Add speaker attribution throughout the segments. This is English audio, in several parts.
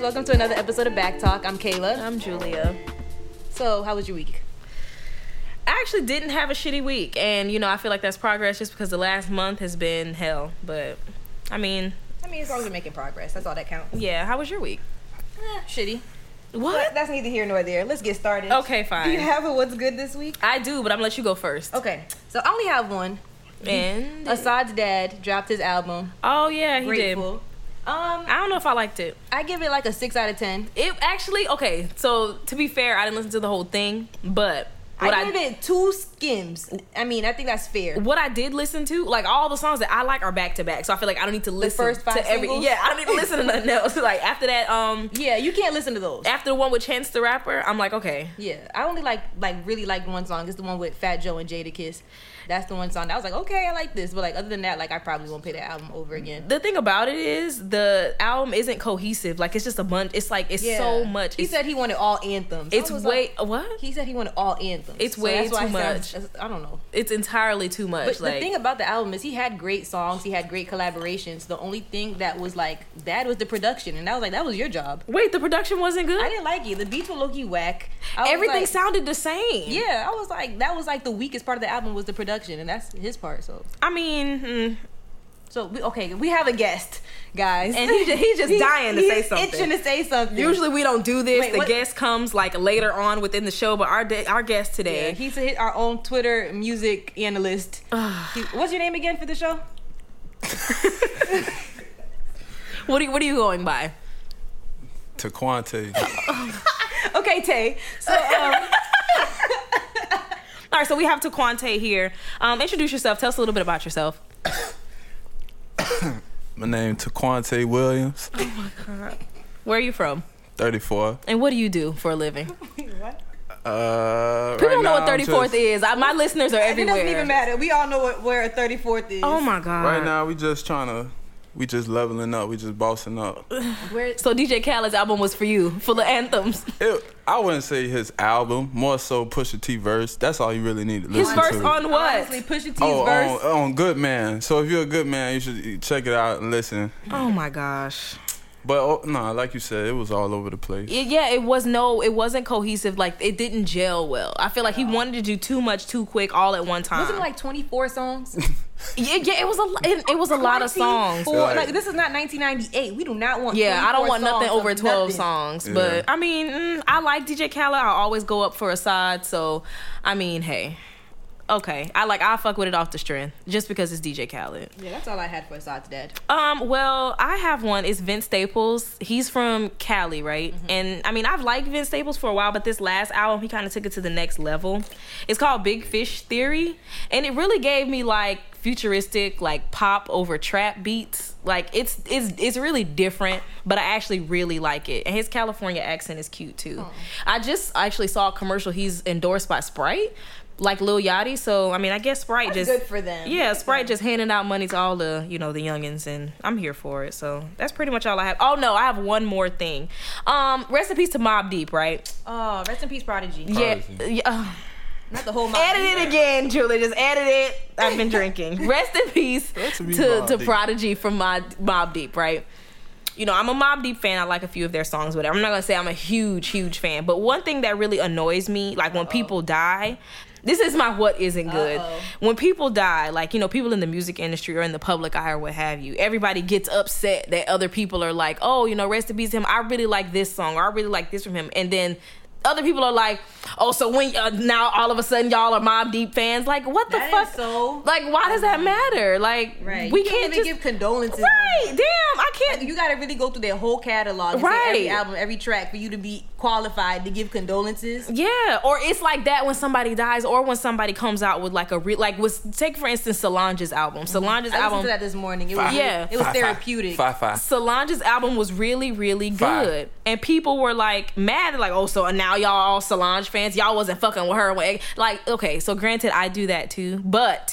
Speaker 1: Welcome to another episode of Back Talk. I'm Kayla.
Speaker 2: I'm Julia.
Speaker 1: So, how was your week?
Speaker 2: I actually didn't have a shitty week, and you know I feel like that's progress just because the last month has been hell. But I mean,
Speaker 1: I mean, as long as you're making progress, that's all that counts.
Speaker 2: yeah, how was your week?
Speaker 1: Eh, shitty. But
Speaker 2: What?
Speaker 1: that's neither here nor there. Let's get started.
Speaker 2: Okay, fine.
Speaker 1: Do you have a what's good this week?
Speaker 2: I do, but I'm gonna let you go first.
Speaker 1: Okay. So, I only have one.
Speaker 2: And
Speaker 1: Assad's dad dropped his album.
Speaker 2: oh yeah, he
Speaker 1: Uh, Grateful. Um,
Speaker 2: did. I don't know if I liked it.
Speaker 1: I give it like a six out of ten.
Speaker 2: It actually okay. So to be fair, I didn't listen to the whole thing, but what
Speaker 1: I give it two skims. I mean, I think that's fair.
Speaker 2: what I did listen to, like all the songs that I like are back to back. So I feel like I don't need to listen
Speaker 1: first five
Speaker 2: to every
Speaker 1: singles?
Speaker 2: Yeah, I don't need to listen to nothing else. Like after that, um
Speaker 1: Yeah, you can't listen to those.
Speaker 2: after the one with Chance the Rapper, I'm like, okay.
Speaker 1: Yeah, I only like like really liked one song. It's the one with Fat Joe and Jada Kiss. That's the one song that I was like, okay, I like this. But like other than that, like I probably won't play that album over again.
Speaker 2: The thing about it is the album isn't cohesive. Like it's just a bunch it's like it's
Speaker 1: Yeah.
Speaker 2: so much.
Speaker 1: He
Speaker 2: It's,
Speaker 1: said he wanted all anthems. I
Speaker 2: it's
Speaker 1: was
Speaker 2: way
Speaker 1: like-
Speaker 2: what?
Speaker 1: he said he wanted all anthems.
Speaker 2: It's way
Speaker 1: that's why
Speaker 2: too
Speaker 1: it sounds- I don't know.
Speaker 2: It's entirely too much.
Speaker 1: But
Speaker 2: like
Speaker 1: the thing about the album is he had great songs. He had great collaborations. The only thing that was like that was the production, and I was like, that was your job.
Speaker 2: Wait, the production wasn't good?
Speaker 1: I didn't like it. The beats were low key whack. I was
Speaker 2: Everything
Speaker 1: like-
Speaker 2: sounded the same.
Speaker 1: Yeah, I was like, that was like the weakest part of the album was the production, and that's his part. So,
Speaker 2: I mean, mm,
Speaker 1: so we, okay, we have a guest, guys,
Speaker 2: And he ju- he just dying to say
Speaker 1: he's
Speaker 2: something.
Speaker 1: itching to say something.
Speaker 2: usually we don't do this.
Speaker 1: Wait,
Speaker 2: the
Speaker 1: what-
Speaker 2: guest comes like later on within the show, but our day, our guest
Speaker 1: yeah,
Speaker 2: today,
Speaker 1: he's a, our own Twitter music analyst. He- what's your name again for the show?
Speaker 2: what are, what are you going by?
Speaker 3: to Quante.
Speaker 1: Okay, Tay. So, um,
Speaker 2: All right, so we have Taquante here. Um, introduce yourself. Tell us a little bit about yourself.
Speaker 3: My name Taquante Williams, Uh,
Speaker 2: Where are you from?
Speaker 3: 34.
Speaker 2: And what do you do for a living?
Speaker 1: what?
Speaker 3: Uh,
Speaker 2: People don't know what 34th is. I, my listeners are
Speaker 1: It
Speaker 2: everywhere.
Speaker 1: doesn't even matter. We all know what, where a thirty fourth is.
Speaker 2: Oh my god.
Speaker 3: Right now, we just trying to, we just leveling up. We just bossing up.
Speaker 1: Where?
Speaker 2: So DJ Khaled's album was for you, full of anthems.
Speaker 3: It, I wouldn't say his album, more so Pusha T verse. That's all you really need to
Speaker 2: His
Speaker 3: listen
Speaker 2: verse
Speaker 3: to.
Speaker 2: on what?
Speaker 1: Honestly, Pusha T's
Speaker 3: oh,
Speaker 1: verse.
Speaker 3: on, on Good Man. So if you're a good man, you should check it out and listen.
Speaker 2: oh my gosh.
Speaker 3: But oh, nah, like you said, it was all over the place.
Speaker 2: It- yeah, it was no, it wasn't cohesive. Like it didn't gel well. I feel like he wanted to do too much, too quick, all at one time.
Speaker 1: Wasn't it like twenty four songs?
Speaker 2: yeah, yeah, it was a lo- it, it was a lot of songs.
Speaker 1: 24
Speaker 3: Like-
Speaker 1: like this is not nineteen ninety eight. We do not want.
Speaker 2: Yeah, I don't
Speaker 1: 24
Speaker 2: want nothing
Speaker 1: songs
Speaker 2: over
Speaker 1: of
Speaker 2: 12
Speaker 1: nothing.
Speaker 2: songs.
Speaker 3: Yeah.
Speaker 2: But I mean, mm, I like DJ Khaled. I always go up for Assad. So, I mean, hey. Okay. I like, I fuck with it off the strength just because it's DJ Khaled.
Speaker 1: Yeah, that's all I had for Assad's dad.
Speaker 2: Um, well, I have one. It's Vince Staples. He's from Cali, right?
Speaker 1: Mm-hmm.
Speaker 2: And I mean, I've liked Vince Staples for a while, but this last album, he kind of took it to the next level. It's called Big Fish Theory, and it really gave me like futuristic, like pop over trap beats. Like it's it's it's really different, but I actually really like it. And his California accent is cute too.
Speaker 1: Oh.
Speaker 2: I just actually saw a commercial. He's endorsed by Sprite, like Lil Yachty. So I mean, I guess Sprite
Speaker 1: That's
Speaker 2: just
Speaker 1: good for them.
Speaker 2: yeah, Sprite just handing out money to all the, you know, the youngins, and I'm here for it. So that's pretty much all I have. Oh no, I have one more thing. Um, recipes to Mob Deep, right?
Speaker 1: Oh, rest in peace, Prodigy.
Speaker 2: Yeah,
Speaker 3: Prodigy.
Speaker 2: yeah. ugh.
Speaker 1: Not the whole.
Speaker 2: Edit it again, Julie. Just edit it. I've been drinking. Rest in peace
Speaker 3: Rest in
Speaker 2: to
Speaker 3: peace,
Speaker 2: to,
Speaker 3: Mobb Deep.
Speaker 2: Prodigy from my Mob Deep, right? You know, I'm a Mob Deep fan. I like a few of their songs, whatever. I'm not gonna say I'm a huge, huge fan, but one thing that really annoys me, like when people die. This is my what isn't good.
Speaker 1: Uh-oh.
Speaker 2: When people die, like, you know, people in the music industry or in the public eye or what have you, everybody gets upset that other people are like, oh, you know, rest in peace to him. I really like this song or I really like this from him. And then other people are like, oh, so when uh, now all of a sudden y'all are Mob Deep fans? Like, what the
Speaker 1: That is
Speaker 2: fuck?
Speaker 1: so-
Speaker 2: like, why does that matter? Like,
Speaker 1: Right.
Speaker 2: we
Speaker 1: You
Speaker 2: can't, just.
Speaker 1: even give condolences.
Speaker 2: right. Damn, I can't.
Speaker 1: You gotta really go through their whole catalog, and say every
Speaker 2: Right.
Speaker 1: album, every track, for you to be qualified to give condolences.
Speaker 2: Yeah, or it's like that when somebody dies, or when somebody comes out with like a re- like was take for instance Solange's album. Solange's
Speaker 1: Mm-hmm. I listened
Speaker 2: album,
Speaker 1: to that this morning. It was
Speaker 2: Yeah.
Speaker 1: it was
Speaker 3: Five, five.
Speaker 1: therapeutic.
Speaker 3: Five five.
Speaker 2: Solange's album was really really
Speaker 3: Fire.
Speaker 2: good, and people were like mad, like oh so now y'all all Solange fans, y'all wasn't fucking with her, when- like okay, so granted I do that too, but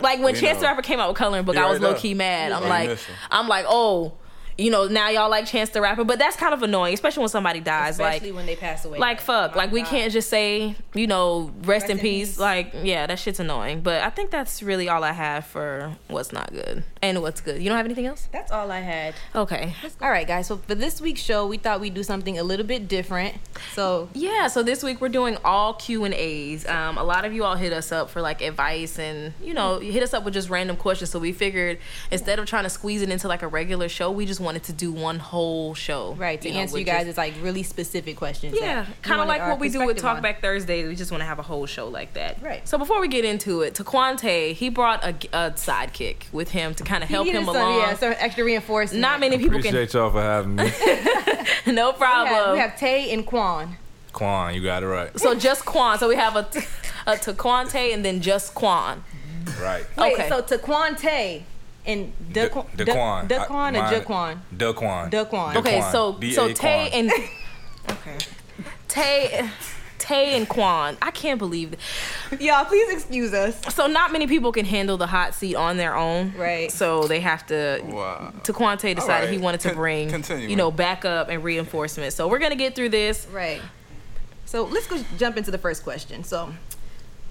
Speaker 2: like when
Speaker 3: We
Speaker 2: Chance the
Speaker 3: know.
Speaker 2: Rapper came out with Coloring Book,
Speaker 3: You
Speaker 2: I was
Speaker 3: already know.
Speaker 2: low key mad. I'm
Speaker 3: Yeah.
Speaker 2: like,
Speaker 3: Reminiscent.
Speaker 2: I'm like oh, you know now y'all like Chance the Rapper, but that's kind of annoying, especially when somebody dies, like
Speaker 1: Especially when they pass away.
Speaker 2: like fuck
Speaker 1: My
Speaker 2: like we
Speaker 1: God.
Speaker 2: can't just say you know rest, in,
Speaker 1: in
Speaker 2: peace.
Speaker 1: peace.
Speaker 2: like yeah that shit's annoying but i think that's really all i have for what's not good and what's good. You don't have anything else?
Speaker 1: That's all I had.
Speaker 2: Okay.
Speaker 1: All right, guys. So for this week's show, we thought we'd do something a little bit different. So
Speaker 2: Yeah, so this week we're doing all Q and A's. Um, a lot of you all hit us up for like advice, and you know, you hit us up with just random questions. So we figured instead of trying to squeeze it into like a regular show, we just wanted to do one whole show,
Speaker 1: right to
Speaker 2: you know,
Speaker 1: answer
Speaker 2: with
Speaker 1: you guys
Speaker 2: just-
Speaker 1: is like really specific questions. that
Speaker 2: yeah,
Speaker 1: you
Speaker 2: kind of
Speaker 1: wanted
Speaker 2: like
Speaker 1: our
Speaker 2: what we do with
Speaker 1: perspective on.
Speaker 2: Talk Back Thursdays. We just want to have a whole show like that.
Speaker 1: Right.
Speaker 2: So before we get into it, Taquante he brought a, a sidekick with him to kind of
Speaker 1: He
Speaker 2: help
Speaker 1: needed
Speaker 2: him
Speaker 1: some-
Speaker 2: along.
Speaker 1: Yeah, some extra reinforcement.
Speaker 2: Not many people
Speaker 4: Appreciate y'all for having me.
Speaker 2: can. No
Speaker 1: We have,
Speaker 2: problem.
Speaker 1: we have Tay and Quan.
Speaker 4: Quan, you got it right.
Speaker 2: so just Quan. So we have a a Taquante and then just Quan.
Speaker 4: Right.
Speaker 1: Wait,
Speaker 2: Okay.
Speaker 1: so Taquan Tay and
Speaker 4: Da-
Speaker 1: Daquan,
Speaker 4: Daquan.
Speaker 1: Da- Daquan
Speaker 4: I-
Speaker 1: or
Speaker 4: mine-
Speaker 1: Jaquan?
Speaker 4: Daquan.
Speaker 1: Daquan.
Speaker 2: Okay,
Speaker 4: Daquan.
Speaker 2: so
Speaker 4: D.A.
Speaker 2: so Tay
Speaker 4: Quan.
Speaker 2: and okay, Tay, Tay and Quan. I can't believe. It.
Speaker 1: Y'all, please excuse us.
Speaker 2: So not many people can handle the hot seat on their own,
Speaker 1: Right.
Speaker 2: So they have to.
Speaker 3: Wow.
Speaker 2: Taquante decided
Speaker 3: right.
Speaker 2: he wanted to
Speaker 3: Con-
Speaker 2: bring,
Speaker 3: continuing.
Speaker 2: you know, backup and reinforcement. So we're gonna get through this.
Speaker 1: Right. So let's go jump into the first question. So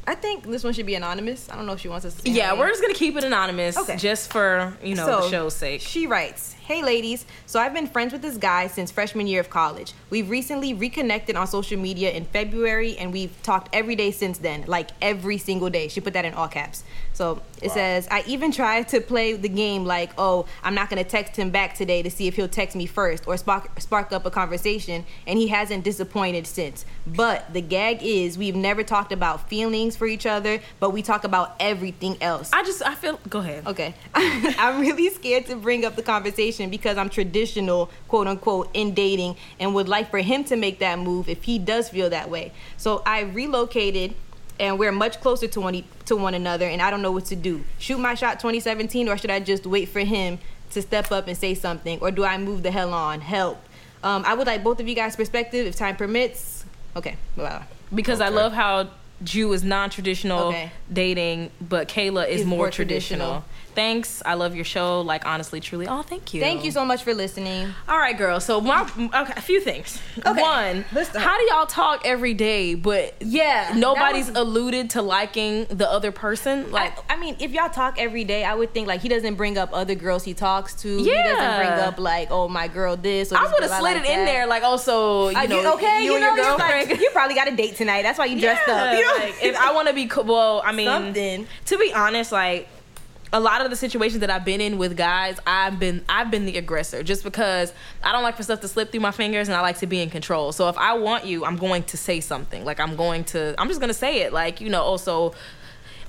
Speaker 1: I think this one should be anonymous. I don't know if she wants us to. say her
Speaker 2: Yeah,
Speaker 1: name.
Speaker 2: we're just gonna keep it anonymous,
Speaker 1: Okay.
Speaker 2: just for you know the show's sake.
Speaker 1: She writes, Hey ladies, so I've been friends with this guy since freshman year of college. We've recently reconnected on social media in February and we've talked every day since then, like every single day. She put that in all caps. So it says, I even tried to play the game like, oh, I'm not going to text him back today to see if he'll text me first or spark, spark up a conversation, and he hasn't disappointed since. But the gag is, we've never talked about feelings for each other, but we talk about everything else.
Speaker 2: I just I feel go ahead.
Speaker 1: Okay. I'm really scared to bring up the conversation because I'm traditional, quote unquote, in dating and would like for him to make that move if he does feel that way. So I relocated and we're much closer to one, e, to one another and I don't know what to do. Shoot my shot 2017 or should I just wait for him to step up and say something or do I move the hell on? Help. Um, I would like both of you guys' perspective if time permits. Okay. Blah, blah, blah.
Speaker 2: because I
Speaker 4: Okay.
Speaker 2: love how Jew is non-traditional
Speaker 1: Okay.
Speaker 2: dating, but Kayla is
Speaker 1: Is
Speaker 2: more,
Speaker 1: more
Speaker 2: traditional.
Speaker 1: traditional.
Speaker 2: Thanks, I love your show. Like honestly, truly. Oh, thank you.
Speaker 1: Thank you so much for listening.
Speaker 2: All right, girl. So my okay, a few things.
Speaker 1: Okay,
Speaker 2: One,
Speaker 1: let's start.
Speaker 2: how do y'all talk every day, but
Speaker 1: Yeah.
Speaker 2: nobody's alluded to liking the other person? Like,
Speaker 1: I, I mean, if y'all talk every day, I would think like he doesn't bring up other girls he talks to. He doesn't bring
Speaker 2: Yeah.
Speaker 1: up like, oh my girl this. Or
Speaker 2: I,
Speaker 1: this
Speaker 2: would have
Speaker 1: girl
Speaker 2: slid
Speaker 1: I like
Speaker 2: it in
Speaker 1: that.
Speaker 2: there, like, oh, so you
Speaker 1: Like,
Speaker 2: know,
Speaker 1: okay,
Speaker 2: you,
Speaker 1: you,
Speaker 2: and
Speaker 1: know,
Speaker 2: your
Speaker 1: it's
Speaker 2: girlfriend.
Speaker 1: Like, you probably got a date tonight. That's why you dressed up. You know?
Speaker 2: Like, if I want to be, co- well, I mean,
Speaker 1: Something.
Speaker 2: To be honest, like a lot of the situations that I've been in with guys, I've been I've been the aggressor just because I don't like for stuff to slip through my fingers and I like to be in control. So if I want you, I'm going to say something. Like I'm going to I'm just gonna say it. Like you know, also.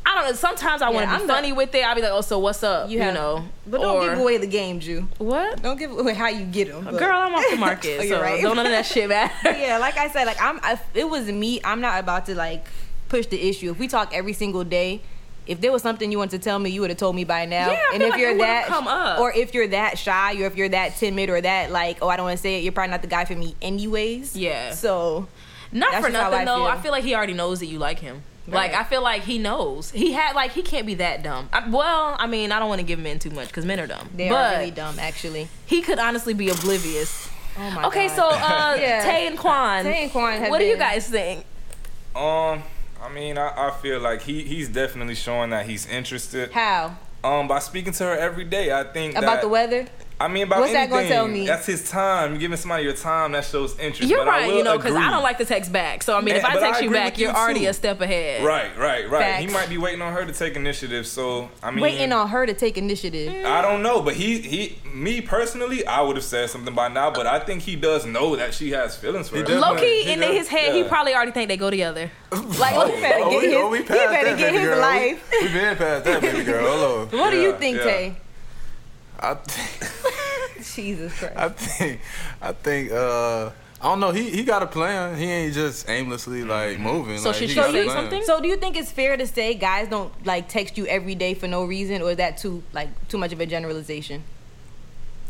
Speaker 2: I don't know. Sometimes I want to
Speaker 1: Yeah,
Speaker 2: be
Speaker 1: I'm the-
Speaker 2: funny with it. I'll be like, "Oh, so what's up?" You,
Speaker 1: have-
Speaker 2: know,
Speaker 1: but don't
Speaker 2: or-
Speaker 1: give away the game, Jew.
Speaker 2: what?
Speaker 1: Don't give away how you get them,
Speaker 2: Girl, I'm off the market,
Speaker 1: Oh, you're
Speaker 2: so
Speaker 1: right.
Speaker 2: don't none of that shit matter.
Speaker 1: yeah, like I said, like I'm. If it was me, I'm not about to like push the issue. If we talk every single day, if there was something you wanted to tell me, you would have told me by now.
Speaker 2: Yeah, I
Speaker 1: and
Speaker 2: feel
Speaker 1: if
Speaker 2: like it
Speaker 1: you're
Speaker 2: would've
Speaker 1: that,
Speaker 2: come up.
Speaker 1: or if you're that shy, or if you're that timid, or that like, oh, I don't want to say it, you're probably not the guy for me, anyways.
Speaker 2: Yeah.
Speaker 1: So
Speaker 2: Not
Speaker 1: That's
Speaker 2: for
Speaker 1: just how
Speaker 2: nothing
Speaker 1: I
Speaker 2: though.
Speaker 1: feel.
Speaker 2: I feel like he already knows that you like him. Like
Speaker 1: Right.
Speaker 2: I feel like he knows. He had like he can't be that dumb. I, well, I mean, I don't want to give men too much because men are dumb.
Speaker 1: they
Speaker 2: but
Speaker 1: are really dumb, actually.
Speaker 2: he could honestly be oblivious.
Speaker 1: Oh my.
Speaker 2: Okay,
Speaker 1: God.
Speaker 2: so uh,
Speaker 1: Yeah.
Speaker 2: Tay and Quan,
Speaker 1: Tay and Quan have
Speaker 2: what do you
Speaker 1: been-
Speaker 2: guys think?
Speaker 4: Um, I mean, I, I feel like he he's definitely showing that he's interested.
Speaker 1: how
Speaker 4: Um, by speaking to her every day, I think
Speaker 1: about
Speaker 4: that-
Speaker 1: the weather?
Speaker 4: I mean, about
Speaker 1: What's that
Speaker 4: anything.
Speaker 1: gonna tell me?
Speaker 4: That's his time. You giving somebody your time that shows interest.
Speaker 2: You're
Speaker 4: but I
Speaker 2: right,
Speaker 4: will
Speaker 2: you know, because I
Speaker 4: agree.
Speaker 2: don't like to text back. So I mean,
Speaker 4: Yeah,
Speaker 2: if I
Speaker 4: but I
Speaker 2: text you
Speaker 4: agree
Speaker 2: back,
Speaker 4: with you,
Speaker 2: you're already
Speaker 4: too.
Speaker 2: a step ahead.
Speaker 4: Right, right, right. He
Speaker 1: Facts.
Speaker 4: might be waiting on her to take initiative. So I mean,
Speaker 1: Waiting on her to take initiative.
Speaker 4: I don't know, but he he me personally, I would have said something by now. But I think he does know that she has feelings for
Speaker 3: He
Speaker 4: him.
Speaker 3: does.
Speaker 2: Low key
Speaker 3: Yeah.
Speaker 2: in his head, he
Speaker 4: Yeah.
Speaker 2: probably already think they go together.
Speaker 1: Like,
Speaker 3: Oh,
Speaker 1: he better
Speaker 3: oh,
Speaker 1: get
Speaker 3: we-
Speaker 1: his,
Speaker 3: oh, we
Speaker 1: he
Speaker 3: passed
Speaker 1: better
Speaker 3: that,
Speaker 1: get
Speaker 3: baby
Speaker 1: his
Speaker 3: girl. We-
Speaker 1: life.
Speaker 3: We been past that, baby girl. Hold on.
Speaker 1: What do you
Speaker 4: Yeah,
Speaker 1: think,
Speaker 4: yeah.
Speaker 1: Tay?
Speaker 3: I think,
Speaker 1: Jesus Christ.
Speaker 3: I think, I think. Uh, I don't know. He he got a plan. He ain't just aimlessly like moving.
Speaker 2: Mm-hmm. So
Speaker 3: like,
Speaker 2: should
Speaker 3: he
Speaker 2: she
Speaker 3: got a
Speaker 2: say
Speaker 3: plan.
Speaker 2: something?
Speaker 1: So do you think it's fair to say guys don't like text you every day for no reason, or is that too like too much of a generalization?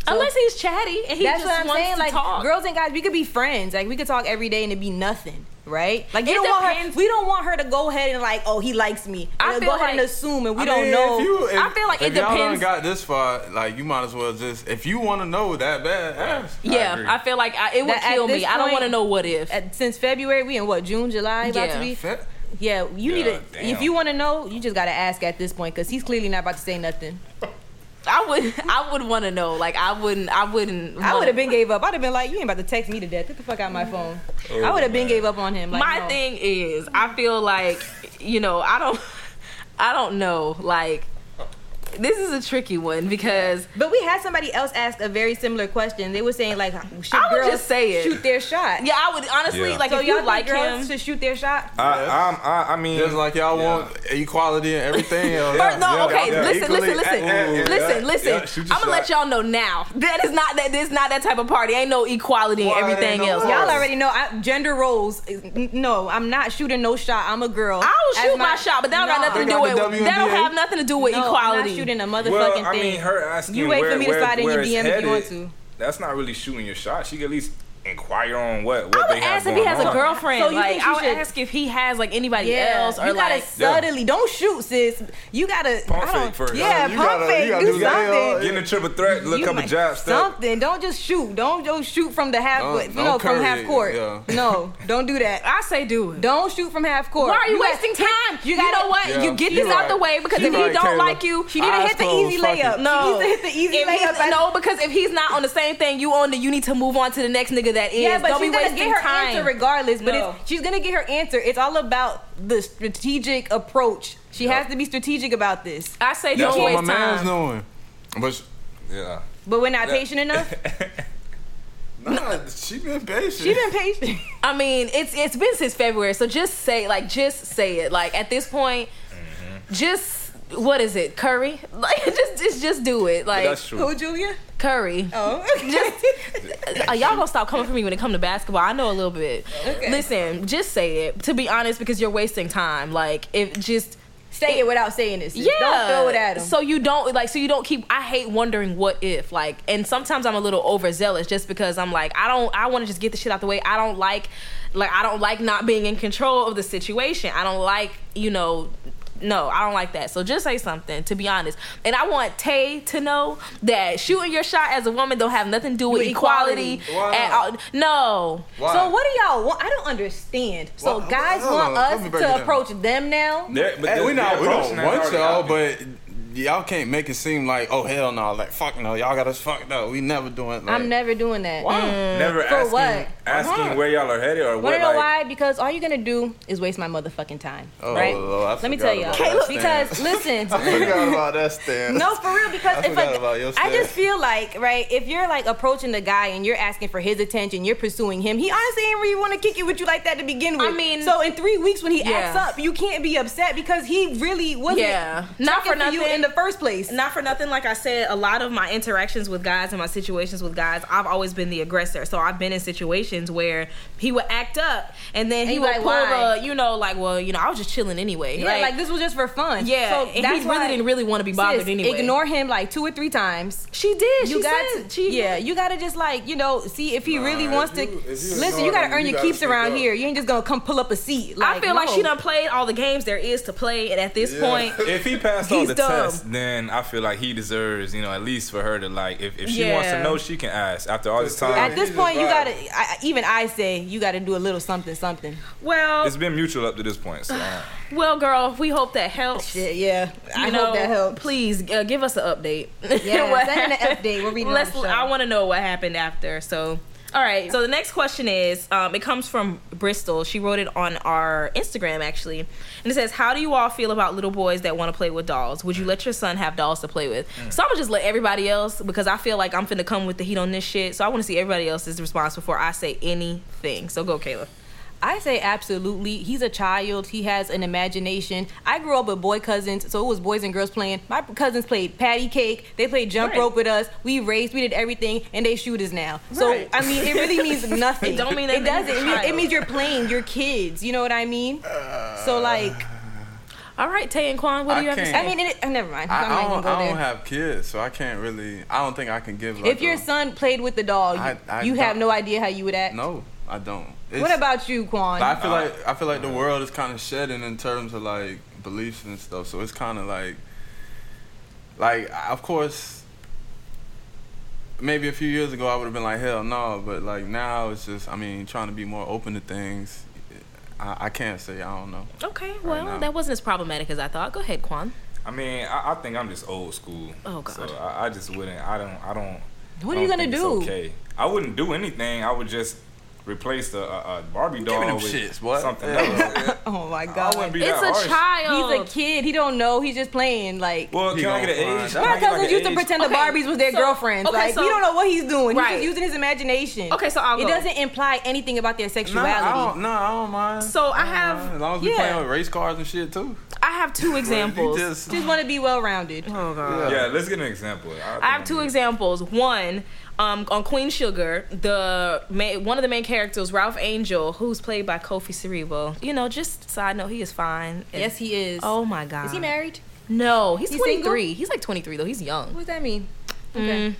Speaker 2: Unless he's chatty and he
Speaker 1: That's
Speaker 2: just
Speaker 1: what I'm
Speaker 2: wants
Speaker 1: saying.
Speaker 2: to
Speaker 1: Like
Speaker 2: talk.
Speaker 1: girls and guys, we could be friends. Like we could talk every day and it'd be nothing, right? Like you
Speaker 2: It
Speaker 1: don't want
Speaker 2: depends.
Speaker 1: her. We don't want her to go ahead and like, oh, he likes me.
Speaker 2: I
Speaker 1: Or
Speaker 2: feel
Speaker 1: go ahead and
Speaker 2: like-
Speaker 1: assume, and we
Speaker 3: I
Speaker 1: don't
Speaker 3: mean,
Speaker 1: know.
Speaker 3: if you- if-
Speaker 2: I feel like
Speaker 3: if
Speaker 2: it
Speaker 3: Y'all done
Speaker 2: depends.
Speaker 3: got this far. Like you might as well just if you want to know that bad. Ask.
Speaker 2: yeah,
Speaker 4: agree.
Speaker 2: I, feel like I, it would
Speaker 1: That at
Speaker 2: kill me.
Speaker 1: this
Speaker 2: I don't
Speaker 1: point-
Speaker 2: want to know what if.
Speaker 1: At- since February, we in what June, July, about
Speaker 2: Yeah.
Speaker 1: to be.
Speaker 3: Fe-
Speaker 1: Yeah, you need
Speaker 4: Yeah,
Speaker 1: to.
Speaker 4: damn.
Speaker 1: If you want to know, you just gotta ask at this point because he's clearly not about to say nothing.
Speaker 2: I would I would want to know. Like I wouldn't I wouldn't.
Speaker 1: I
Speaker 2: wanna-
Speaker 1: would have been gave up. I'd have been like, you ain't about to text me to death. Get the fuck out of my phone.
Speaker 3: Oh,
Speaker 1: I would have been gave up on him. Like,
Speaker 2: My
Speaker 1: no.
Speaker 2: thing is, I feel like you know I don't I don't know. Like this is a tricky one because
Speaker 1: But we had somebody else ask a very similar question. They were saying like, should
Speaker 2: I would
Speaker 1: girls
Speaker 2: just say it.
Speaker 1: shoot their shot?
Speaker 2: yeah, I would honestly
Speaker 4: Yeah.
Speaker 2: like
Speaker 1: So
Speaker 2: if you
Speaker 1: y'all think
Speaker 2: like
Speaker 1: girls
Speaker 2: him.
Speaker 1: should shoot their shot?
Speaker 4: I,
Speaker 3: Yes.
Speaker 4: I'm, I, I mean,
Speaker 3: Just like y'all
Speaker 4: Yeah.
Speaker 3: want equality and everything else.
Speaker 2: First, no,
Speaker 4: yeah,
Speaker 2: okay.
Speaker 4: yeah,
Speaker 2: listen,
Speaker 3: equally-
Speaker 2: listen, listen,
Speaker 3: eh, eh, eh,
Speaker 2: listen,
Speaker 4: yeah,
Speaker 2: listen.
Speaker 4: yeah, shoot your
Speaker 2: I'm gonna let
Speaker 4: shot.
Speaker 2: y'all know now. That is not that. This not that type of party. Ain't no equality
Speaker 3: Why
Speaker 2: and
Speaker 3: ain't
Speaker 2: everything
Speaker 3: no
Speaker 2: else.
Speaker 3: equality?
Speaker 1: Y'all already know I, gender roles. is- n- No, I'm not shooting no shot. I'm a girl.
Speaker 2: I will
Speaker 1: As
Speaker 2: shoot my, shot, but that don't
Speaker 1: Nah.
Speaker 2: got nothing to
Speaker 3: They
Speaker 2: do with.
Speaker 3: got the
Speaker 2: That don't
Speaker 3: WNBA.
Speaker 2: have nothing to do with
Speaker 1: No, I'm
Speaker 2: equality.
Speaker 1: not shooting a motherfucking
Speaker 4: well, I
Speaker 1: thing.
Speaker 4: mean, her asking
Speaker 1: You wait
Speaker 4: where,
Speaker 1: for me to
Speaker 4: where,
Speaker 1: slide in your
Speaker 4: where it's
Speaker 1: DM if you want
Speaker 4: headed,
Speaker 1: to.
Speaker 4: That's not really shooting your shot. She could at least inquire on what
Speaker 2: I
Speaker 4: what they
Speaker 2: would
Speaker 4: have
Speaker 2: ask if he
Speaker 4: going
Speaker 2: has a
Speaker 4: on.
Speaker 2: girlfriend.
Speaker 1: So you
Speaker 2: like,
Speaker 1: think she
Speaker 2: I would
Speaker 1: should-
Speaker 2: ask if he has like anybody
Speaker 1: Yeah.
Speaker 2: else or
Speaker 1: you gotta
Speaker 2: like.
Speaker 1: subtly don't shoot, sis. You gotta
Speaker 4: Pump
Speaker 1: I don't,
Speaker 4: fake first.
Speaker 1: Yeah,
Speaker 3: You
Speaker 1: pump
Speaker 3: gotta-
Speaker 1: fake.
Speaker 3: you gotta
Speaker 1: do
Speaker 3: do that.
Speaker 1: something.
Speaker 4: Getting a triple threat, look
Speaker 1: You
Speaker 4: couple
Speaker 1: might-
Speaker 4: jab step.
Speaker 1: Something. Don't just shoot. Don't just shoot from the half.
Speaker 3: Don't-
Speaker 1: foot- you
Speaker 3: don't
Speaker 1: know, from
Speaker 3: curry
Speaker 1: half
Speaker 3: it,
Speaker 1: court.
Speaker 3: yeah.
Speaker 1: No, don't do that.
Speaker 2: I say do it.
Speaker 1: Don't shoot from half court.
Speaker 2: Why are you,
Speaker 1: got-
Speaker 2: wasting time? You,
Speaker 1: gotta-
Speaker 2: know what?
Speaker 3: Yeah,
Speaker 2: you get
Speaker 3: you
Speaker 2: this out
Speaker 3: right.
Speaker 2: the way because
Speaker 3: You
Speaker 2: if he
Speaker 3: right,
Speaker 2: don't
Speaker 3: Kayla.
Speaker 2: like you,
Speaker 1: She need to
Speaker 3: Eyes
Speaker 1: hit the
Speaker 3: closed,
Speaker 1: easy
Speaker 3: fuck it.
Speaker 1: layup.
Speaker 2: No,
Speaker 1: she needs to hit the easy
Speaker 2: If
Speaker 1: layup.
Speaker 2: he's-
Speaker 1: at-
Speaker 2: No, because if he's not on the same thing you on, the you need to move on to the next nigga that is.
Speaker 1: Yeah, but
Speaker 2: don't
Speaker 1: she's
Speaker 2: be
Speaker 1: gonna
Speaker 2: wasting
Speaker 1: get her
Speaker 2: time.
Speaker 1: answer regardless. But
Speaker 2: No.
Speaker 1: it's, she's gonna get her answer. It's all about the strategic approach. She has to be strategic about this.
Speaker 2: I say
Speaker 4: That's
Speaker 2: don't
Speaker 4: what
Speaker 3: my
Speaker 2: waste
Speaker 3: man's
Speaker 2: time.
Speaker 3: doing. But sh-
Speaker 4: Yeah.
Speaker 1: But we're not patient enough.
Speaker 3: nah, she been patient.
Speaker 1: She been patient.
Speaker 2: I mean, it's it's been since February, so just say like just say it. Like at this point,
Speaker 3: Mm-hmm.
Speaker 2: just what is it, curry? Like just just just do it. Like
Speaker 4: That's
Speaker 1: Who,
Speaker 4: true.
Speaker 1: Julia?
Speaker 2: curry.
Speaker 1: Oh,
Speaker 2: Just uh, y'all gonna stop coming for me when it come to basketball. I know a little bit.
Speaker 1: Okay.
Speaker 2: Listen, just say it. To be honest, because you're wasting time. Like if just
Speaker 1: say it without saying this.
Speaker 2: Yeah.
Speaker 1: Don't throw it at him.
Speaker 2: So you don't like so you don't keep I hate wondering what if like and sometimes I'm a little overzealous just because I'm like I don't I want to just get the shit out the way. I don't like like I don't like not being in control of the situation. I don't like, you know, no, I don't like that. So just say something, to be honest. And I want Tay to know that shooting your shot as a woman don't have nothing to do with
Speaker 1: With
Speaker 2: equality.
Speaker 3: equality.
Speaker 2: at
Speaker 3: Why
Speaker 2: all. No.
Speaker 3: Why?
Speaker 1: So what do y'all want? I don't understand. So
Speaker 3: Why-
Speaker 1: guys
Speaker 3: hold
Speaker 1: want
Speaker 3: on, let me
Speaker 1: us
Speaker 3: break it
Speaker 1: to
Speaker 3: down.
Speaker 1: approach them now.
Speaker 4: They're- but
Speaker 3: Hey,
Speaker 4: the-
Speaker 3: we not
Speaker 4: the
Speaker 3: we don't
Speaker 4: approach now
Speaker 3: want
Speaker 4: is already
Speaker 3: y'all,
Speaker 4: out there.
Speaker 3: but y'all can't make it seem like oh hell no, like fuck no, y'all got us fucked up. We never doing. Like,
Speaker 1: I'm mm, never doing that.
Speaker 3: Why?
Speaker 4: never
Speaker 1: for
Speaker 4: asking
Speaker 1: what?
Speaker 4: asking
Speaker 3: Uh-huh.
Speaker 4: where y'all are headed or
Speaker 1: Wanna
Speaker 4: what.
Speaker 1: know
Speaker 4: Like,
Speaker 1: why? Because all you're gonna do is waste my motherfucking time,
Speaker 3: Oh,
Speaker 1: right?
Speaker 3: Lord, I
Speaker 1: Let me
Speaker 3: forgot
Speaker 1: tell y'all.
Speaker 3: about that stand.
Speaker 1: because listen,
Speaker 3: forgot about that stance.
Speaker 1: No, for real, because
Speaker 3: I
Speaker 1: if
Speaker 3: forgot about
Speaker 1: a,
Speaker 3: your
Speaker 1: I just
Speaker 3: stats.
Speaker 1: feel like, right, if you're like approaching the guy and you're asking for his attention, you're pursuing him. He honestly ain't really want to kick it with you like that to begin with.
Speaker 2: I mean-
Speaker 1: so in three weeks when he
Speaker 2: Yeah.
Speaker 1: acts up, you can't be upset because he really wasn't.
Speaker 2: Yeah. Not
Speaker 1: checking
Speaker 2: for
Speaker 1: you
Speaker 2: nothing.
Speaker 1: in the first place.
Speaker 2: not for nothing like i said a lot of my interactions with guys and my situations with guys i've always been the aggressor so i've been in situations where he would act up and then he
Speaker 1: And you
Speaker 2: would
Speaker 1: like,
Speaker 2: pull
Speaker 1: why?
Speaker 2: the you know like well you know i was just chilling anyway
Speaker 1: Yeah, like, this was just for fun.
Speaker 2: yeah
Speaker 1: so
Speaker 2: and
Speaker 1: that's
Speaker 2: he really
Speaker 1: why-
Speaker 2: didn't really want to be bothered
Speaker 1: Sis,
Speaker 2: anyway
Speaker 1: Ignore him like two or three times.
Speaker 2: she did
Speaker 1: you
Speaker 2: she
Speaker 1: got
Speaker 2: said
Speaker 1: to,
Speaker 2: she
Speaker 1: yeah, you gotta just like you know see if he really
Speaker 3: if
Speaker 1: wants
Speaker 3: you-
Speaker 1: to.
Speaker 3: if you
Speaker 1: listen,
Speaker 3: ignore
Speaker 1: you gotta
Speaker 3: him,
Speaker 1: earn
Speaker 3: you
Speaker 1: your
Speaker 3: gotta
Speaker 1: keeps
Speaker 3: speak
Speaker 1: around
Speaker 3: up.
Speaker 1: here. You ain't just gonna come pull up a seat.
Speaker 2: i feel like
Speaker 1: no.
Speaker 2: she done played all the games there is to play and at this point
Speaker 4: If he passed all
Speaker 2: He's
Speaker 4: the
Speaker 2: dumb.
Speaker 4: tests, then I feel like he deserves, you know, at least for her to like. If, if she wants
Speaker 2: Yeah.
Speaker 4: to know, she can ask. After all this
Speaker 3: Just
Speaker 4: time,
Speaker 1: At this
Speaker 3: He's
Speaker 1: point, you gotta.
Speaker 3: advised.
Speaker 1: I, I- even I say you gotta do a little something, something.
Speaker 2: well
Speaker 4: it's been mutual up to this point. So uh,
Speaker 2: well girl we hope that helps
Speaker 1: Shit, yeah.
Speaker 2: you
Speaker 1: I
Speaker 2: know,
Speaker 1: hope that helped.
Speaker 2: Please uh, give us an update.
Speaker 1: Yeah,
Speaker 2: What
Speaker 1: send in an
Speaker 2: happened.
Speaker 1: update. We'll read it on
Speaker 2: Let's,
Speaker 1: the show.
Speaker 2: I want to know what happened after. So, all right. So the next question is, um, it comes from Bristol. She wrote it on our Instagram actually, and it says, "How do you all feel about little boys that want to play with dolls? Would you let your son have dolls to play with?"
Speaker 3: Mm.
Speaker 2: So I'm gonna just let everybody else because I feel like I'm finna come with the heat on this shit. So I want to see everybody else's response before I say anything. So go, Kayla.
Speaker 1: I say absolutely. He's a child. He has an imagination. I grew up with boy cousins, so it was boys and girls playing. My cousins played patty cake. They played jump
Speaker 2: Right.
Speaker 1: rope with us. We raced. We did everything, and they shoot us now.
Speaker 2: Right.
Speaker 1: So I mean, it really means nothing.
Speaker 2: It don't mean
Speaker 1: it
Speaker 2: nothing when
Speaker 1: doesn't.
Speaker 2: you're a
Speaker 1: It means, it
Speaker 2: child.
Speaker 1: means you're playing. You're kids. You know what I mean?
Speaker 3: Uh,
Speaker 1: so like,
Speaker 2: All right, Tay and Quan, what do
Speaker 3: I
Speaker 2: you have to
Speaker 3: can't-
Speaker 2: say?
Speaker 1: I mean, it, oh, never mind. I'm not
Speaker 3: I, I
Speaker 1: even
Speaker 3: don't,
Speaker 1: gonna go
Speaker 3: I
Speaker 1: there.
Speaker 3: don't have kids, so I can't really. I don't think I can give. Like
Speaker 1: if your
Speaker 3: a-
Speaker 1: son played with the doll, you,
Speaker 3: I- I
Speaker 1: you have
Speaker 3: don't-
Speaker 1: no idea how you would act.
Speaker 3: no, I don't. It's-
Speaker 1: What about you, Quan?
Speaker 3: I feel like I feel like the world is kind of shedding in terms of like beliefs and stuff. So it's kind of like, like I- of course, maybe a few years ago I would have been like hell no, but like now it's just I mean trying to be more open to things. I, I can't say I don't know.
Speaker 2: okay, well,
Speaker 3: now.
Speaker 2: that wasn't as problematic as I thought. Go ahead, Quan.
Speaker 4: I mean, I, I think I'm just old school.
Speaker 2: Oh, God.
Speaker 4: So I, I just wouldn't. I don't. I don't.
Speaker 1: What
Speaker 4: I
Speaker 1: are you
Speaker 4: don't
Speaker 1: gonna
Speaker 4: think it's
Speaker 1: do?
Speaker 4: okay, I wouldn't do anything. I would just replace the a, a Barbie
Speaker 3: Give
Speaker 4: doll
Speaker 3: me them
Speaker 4: with
Speaker 3: shits, boy.
Speaker 4: something
Speaker 3: Yeah.
Speaker 4: else.
Speaker 1: Oh my
Speaker 4: I wouldn't
Speaker 1: god.
Speaker 4: be
Speaker 2: It's
Speaker 4: that
Speaker 2: a
Speaker 4: harsh.
Speaker 2: child.
Speaker 1: He's a kid. He don't know. He's just playing. Like
Speaker 4: Well,
Speaker 3: He
Speaker 4: can I
Speaker 3: gonna
Speaker 4: get an
Speaker 3: find
Speaker 4: age?
Speaker 3: out.
Speaker 4: Can I
Speaker 1: my
Speaker 4: get, like,
Speaker 1: cousins
Speaker 4: an
Speaker 1: used to
Speaker 4: age?
Speaker 1: pretend the
Speaker 2: Okay,
Speaker 1: Barbies was their
Speaker 2: so-
Speaker 1: girlfriends.
Speaker 2: okay,
Speaker 1: like
Speaker 2: so-
Speaker 1: he don't know what he's doing.
Speaker 2: Right.
Speaker 1: He's just using his imagination.
Speaker 2: Okay, so I'll
Speaker 1: it
Speaker 2: go.
Speaker 1: doesn't imply anything about their
Speaker 3: Nah, I
Speaker 1: sexuality.
Speaker 3: don't, nah, I don't mind.
Speaker 2: So I
Speaker 3: don't
Speaker 2: have-
Speaker 3: mind, as long as we
Speaker 1: yeah.
Speaker 3: playing with race cars and shit too.
Speaker 2: I have two examples.
Speaker 3: You just,
Speaker 1: just want to be well rounded.
Speaker 2: oh god.
Speaker 4: Yeah, let's get an example.
Speaker 2: I have two examples. One, um, on Queen Sugar, the ma- one of the main characters, Ralph Angel, who's played by Kofi Cerebo. You know, just side note, he is fine.
Speaker 1: Yes, he is.
Speaker 2: Oh my god.
Speaker 1: is he married?
Speaker 2: No, he's,
Speaker 1: He's
Speaker 2: 23. He's like 23 though. He's young.
Speaker 1: What does that mean?
Speaker 2: Mm.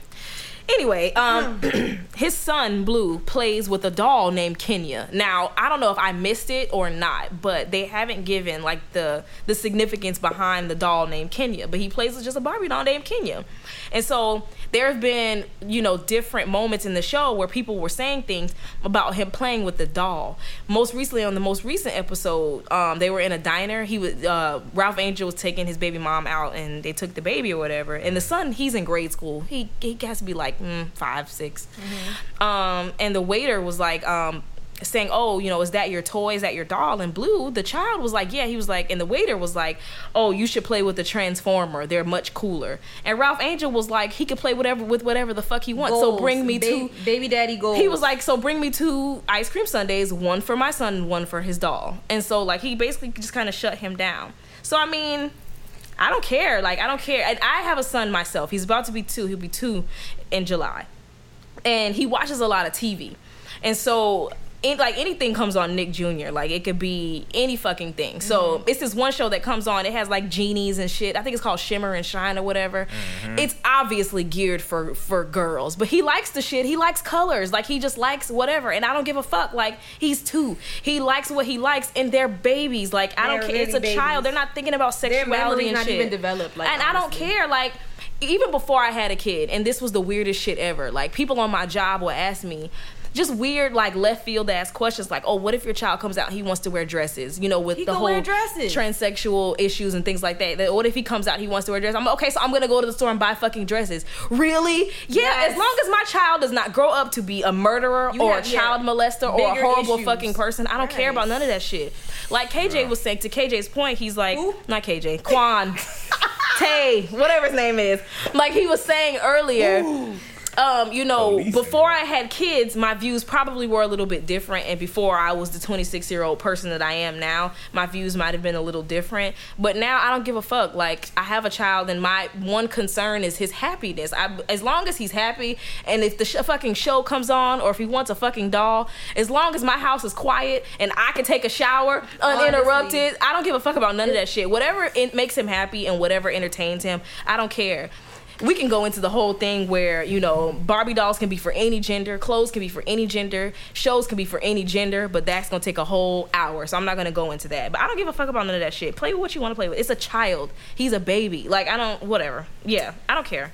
Speaker 2: Anyway, um, his son Blue plays with a doll named Kenya. Now, I don't know if I missed it or not, but they haven't given like the the significance behind the doll named Kenya. But he plays with just a Barbie doll named Kenya, and so there have been you know different moments in the show where people were saying things about him playing with the doll. Most recently, on the most recent episode, um, they were in a diner. He was uh, Ralph Angel was taking his baby mom out, and they took the baby or whatever. And the son, he's in grade school. He he has to be like mm, five, six. Um, and the waiter was like. Um, saying, "Oh, you know, is that your toy? Is that your doll?" And Blue, the child, was like, "Yeah." He was like, and the waiter was like, "Oh, you should play with the Transformer. They're much cooler." And Ralph Angel was like, "He could play whatever with whatever the fuck he wants. so
Speaker 1: Goals.
Speaker 2: bring me
Speaker 1: Ba-
Speaker 2: two
Speaker 1: baby daddy goals.
Speaker 2: he was like, so bring me two ice cream sundaes, one for my son, and one for his doll. And so like he basically just kind of shut him down. So I mean, I don't care. Like I don't care. And I have a son myself. He's about to be two. He'll be two in July, and he watches a lot of TV. And so. It, like anything comes on Nick Jr. Like it could be any fucking thing. So
Speaker 1: Mm-hmm.
Speaker 2: it's this one show that comes on. It has like genies and shit. I think it's called Shimmer and Shine or whatever.
Speaker 1: Mm-hmm.
Speaker 2: It's obviously geared for for girls, but he likes the shit. He likes colors. Like he just likes whatever, and I don't give a fuck. Like he's two. He likes what he likes, and they're babies. Like I don't
Speaker 1: They're
Speaker 2: care. It's a
Speaker 1: really
Speaker 2: child.
Speaker 1: babies.
Speaker 2: They're not thinking about
Speaker 1: their
Speaker 2: sexuality
Speaker 1: memory's
Speaker 2: and
Speaker 1: not
Speaker 2: shit.
Speaker 1: even developed. Like,
Speaker 2: and I don't
Speaker 1: honestly.
Speaker 2: care. Like even before I had a kid, and this was the weirdest shit ever. Like people on my job will ask me. Just weird, like left field ass questions, like, "Oh, what if your child comes out? and He wants to wear dresses, you know, with
Speaker 1: He
Speaker 2: the
Speaker 1: could
Speaker 2: whole
Speaker 1: wear dresses.
Speaker 2: transsexual issues and things like that. That- What if he comes out, he wants to wear dresses? I'm like, okay, so I'm gonna go to the store and buy fucking dresses. Really? Yeah.
Speaker 1: Yes.
Speaker 2: As long as my child does not grow up to be a murderer
Speaker 1: You
Speaker 2: or
Speaker 1: have-
Speaker 2: a
Speaker 1: yeah,
Speaker 2: child molester or a
Speaker 1: bigger
Speaker 2: horrible
Speaker 1: issues.
Speaker 2: fucking person, I don't care about
Speaker 1: Nice.
Speaker 2: none of that shit. Like KJ was saying, to KJ's point, he's like,
Speaker 1: Who?
Speaker 2: not KJ, Quan, Tay, whatever his name is. Like he was saying earlier. Um, you know,
Speaker 4: Policing.
Speaker 2: before I had kids, my views probably were a little bit different. And before I was the 26 year old person that I am now, my views might have been a little different. But now I don't give a fuck. Like, I have a child, and my one concern is his happiness. I, as long as he's happy, and if the sh- fucking show comes on, or if he wants a fucking doll, as long as my house is quiet and I can take a shower uninterrupted, I don't give a fuck about none of that shit. Whatever it makes him happy and whatever entertains him, I don't care. We can go into the whole thing where, you know, Barbie dolls can be for any gender, clothes can be for any gender, shows can be for any gender, but that's gonna take a whole hour. So I'm not gonna go into that. But I don't give a fuck about none of that shit. Play with what you wanna play with. It's a child. He's a baby. Like I don't whatever. Yeah. I don't care.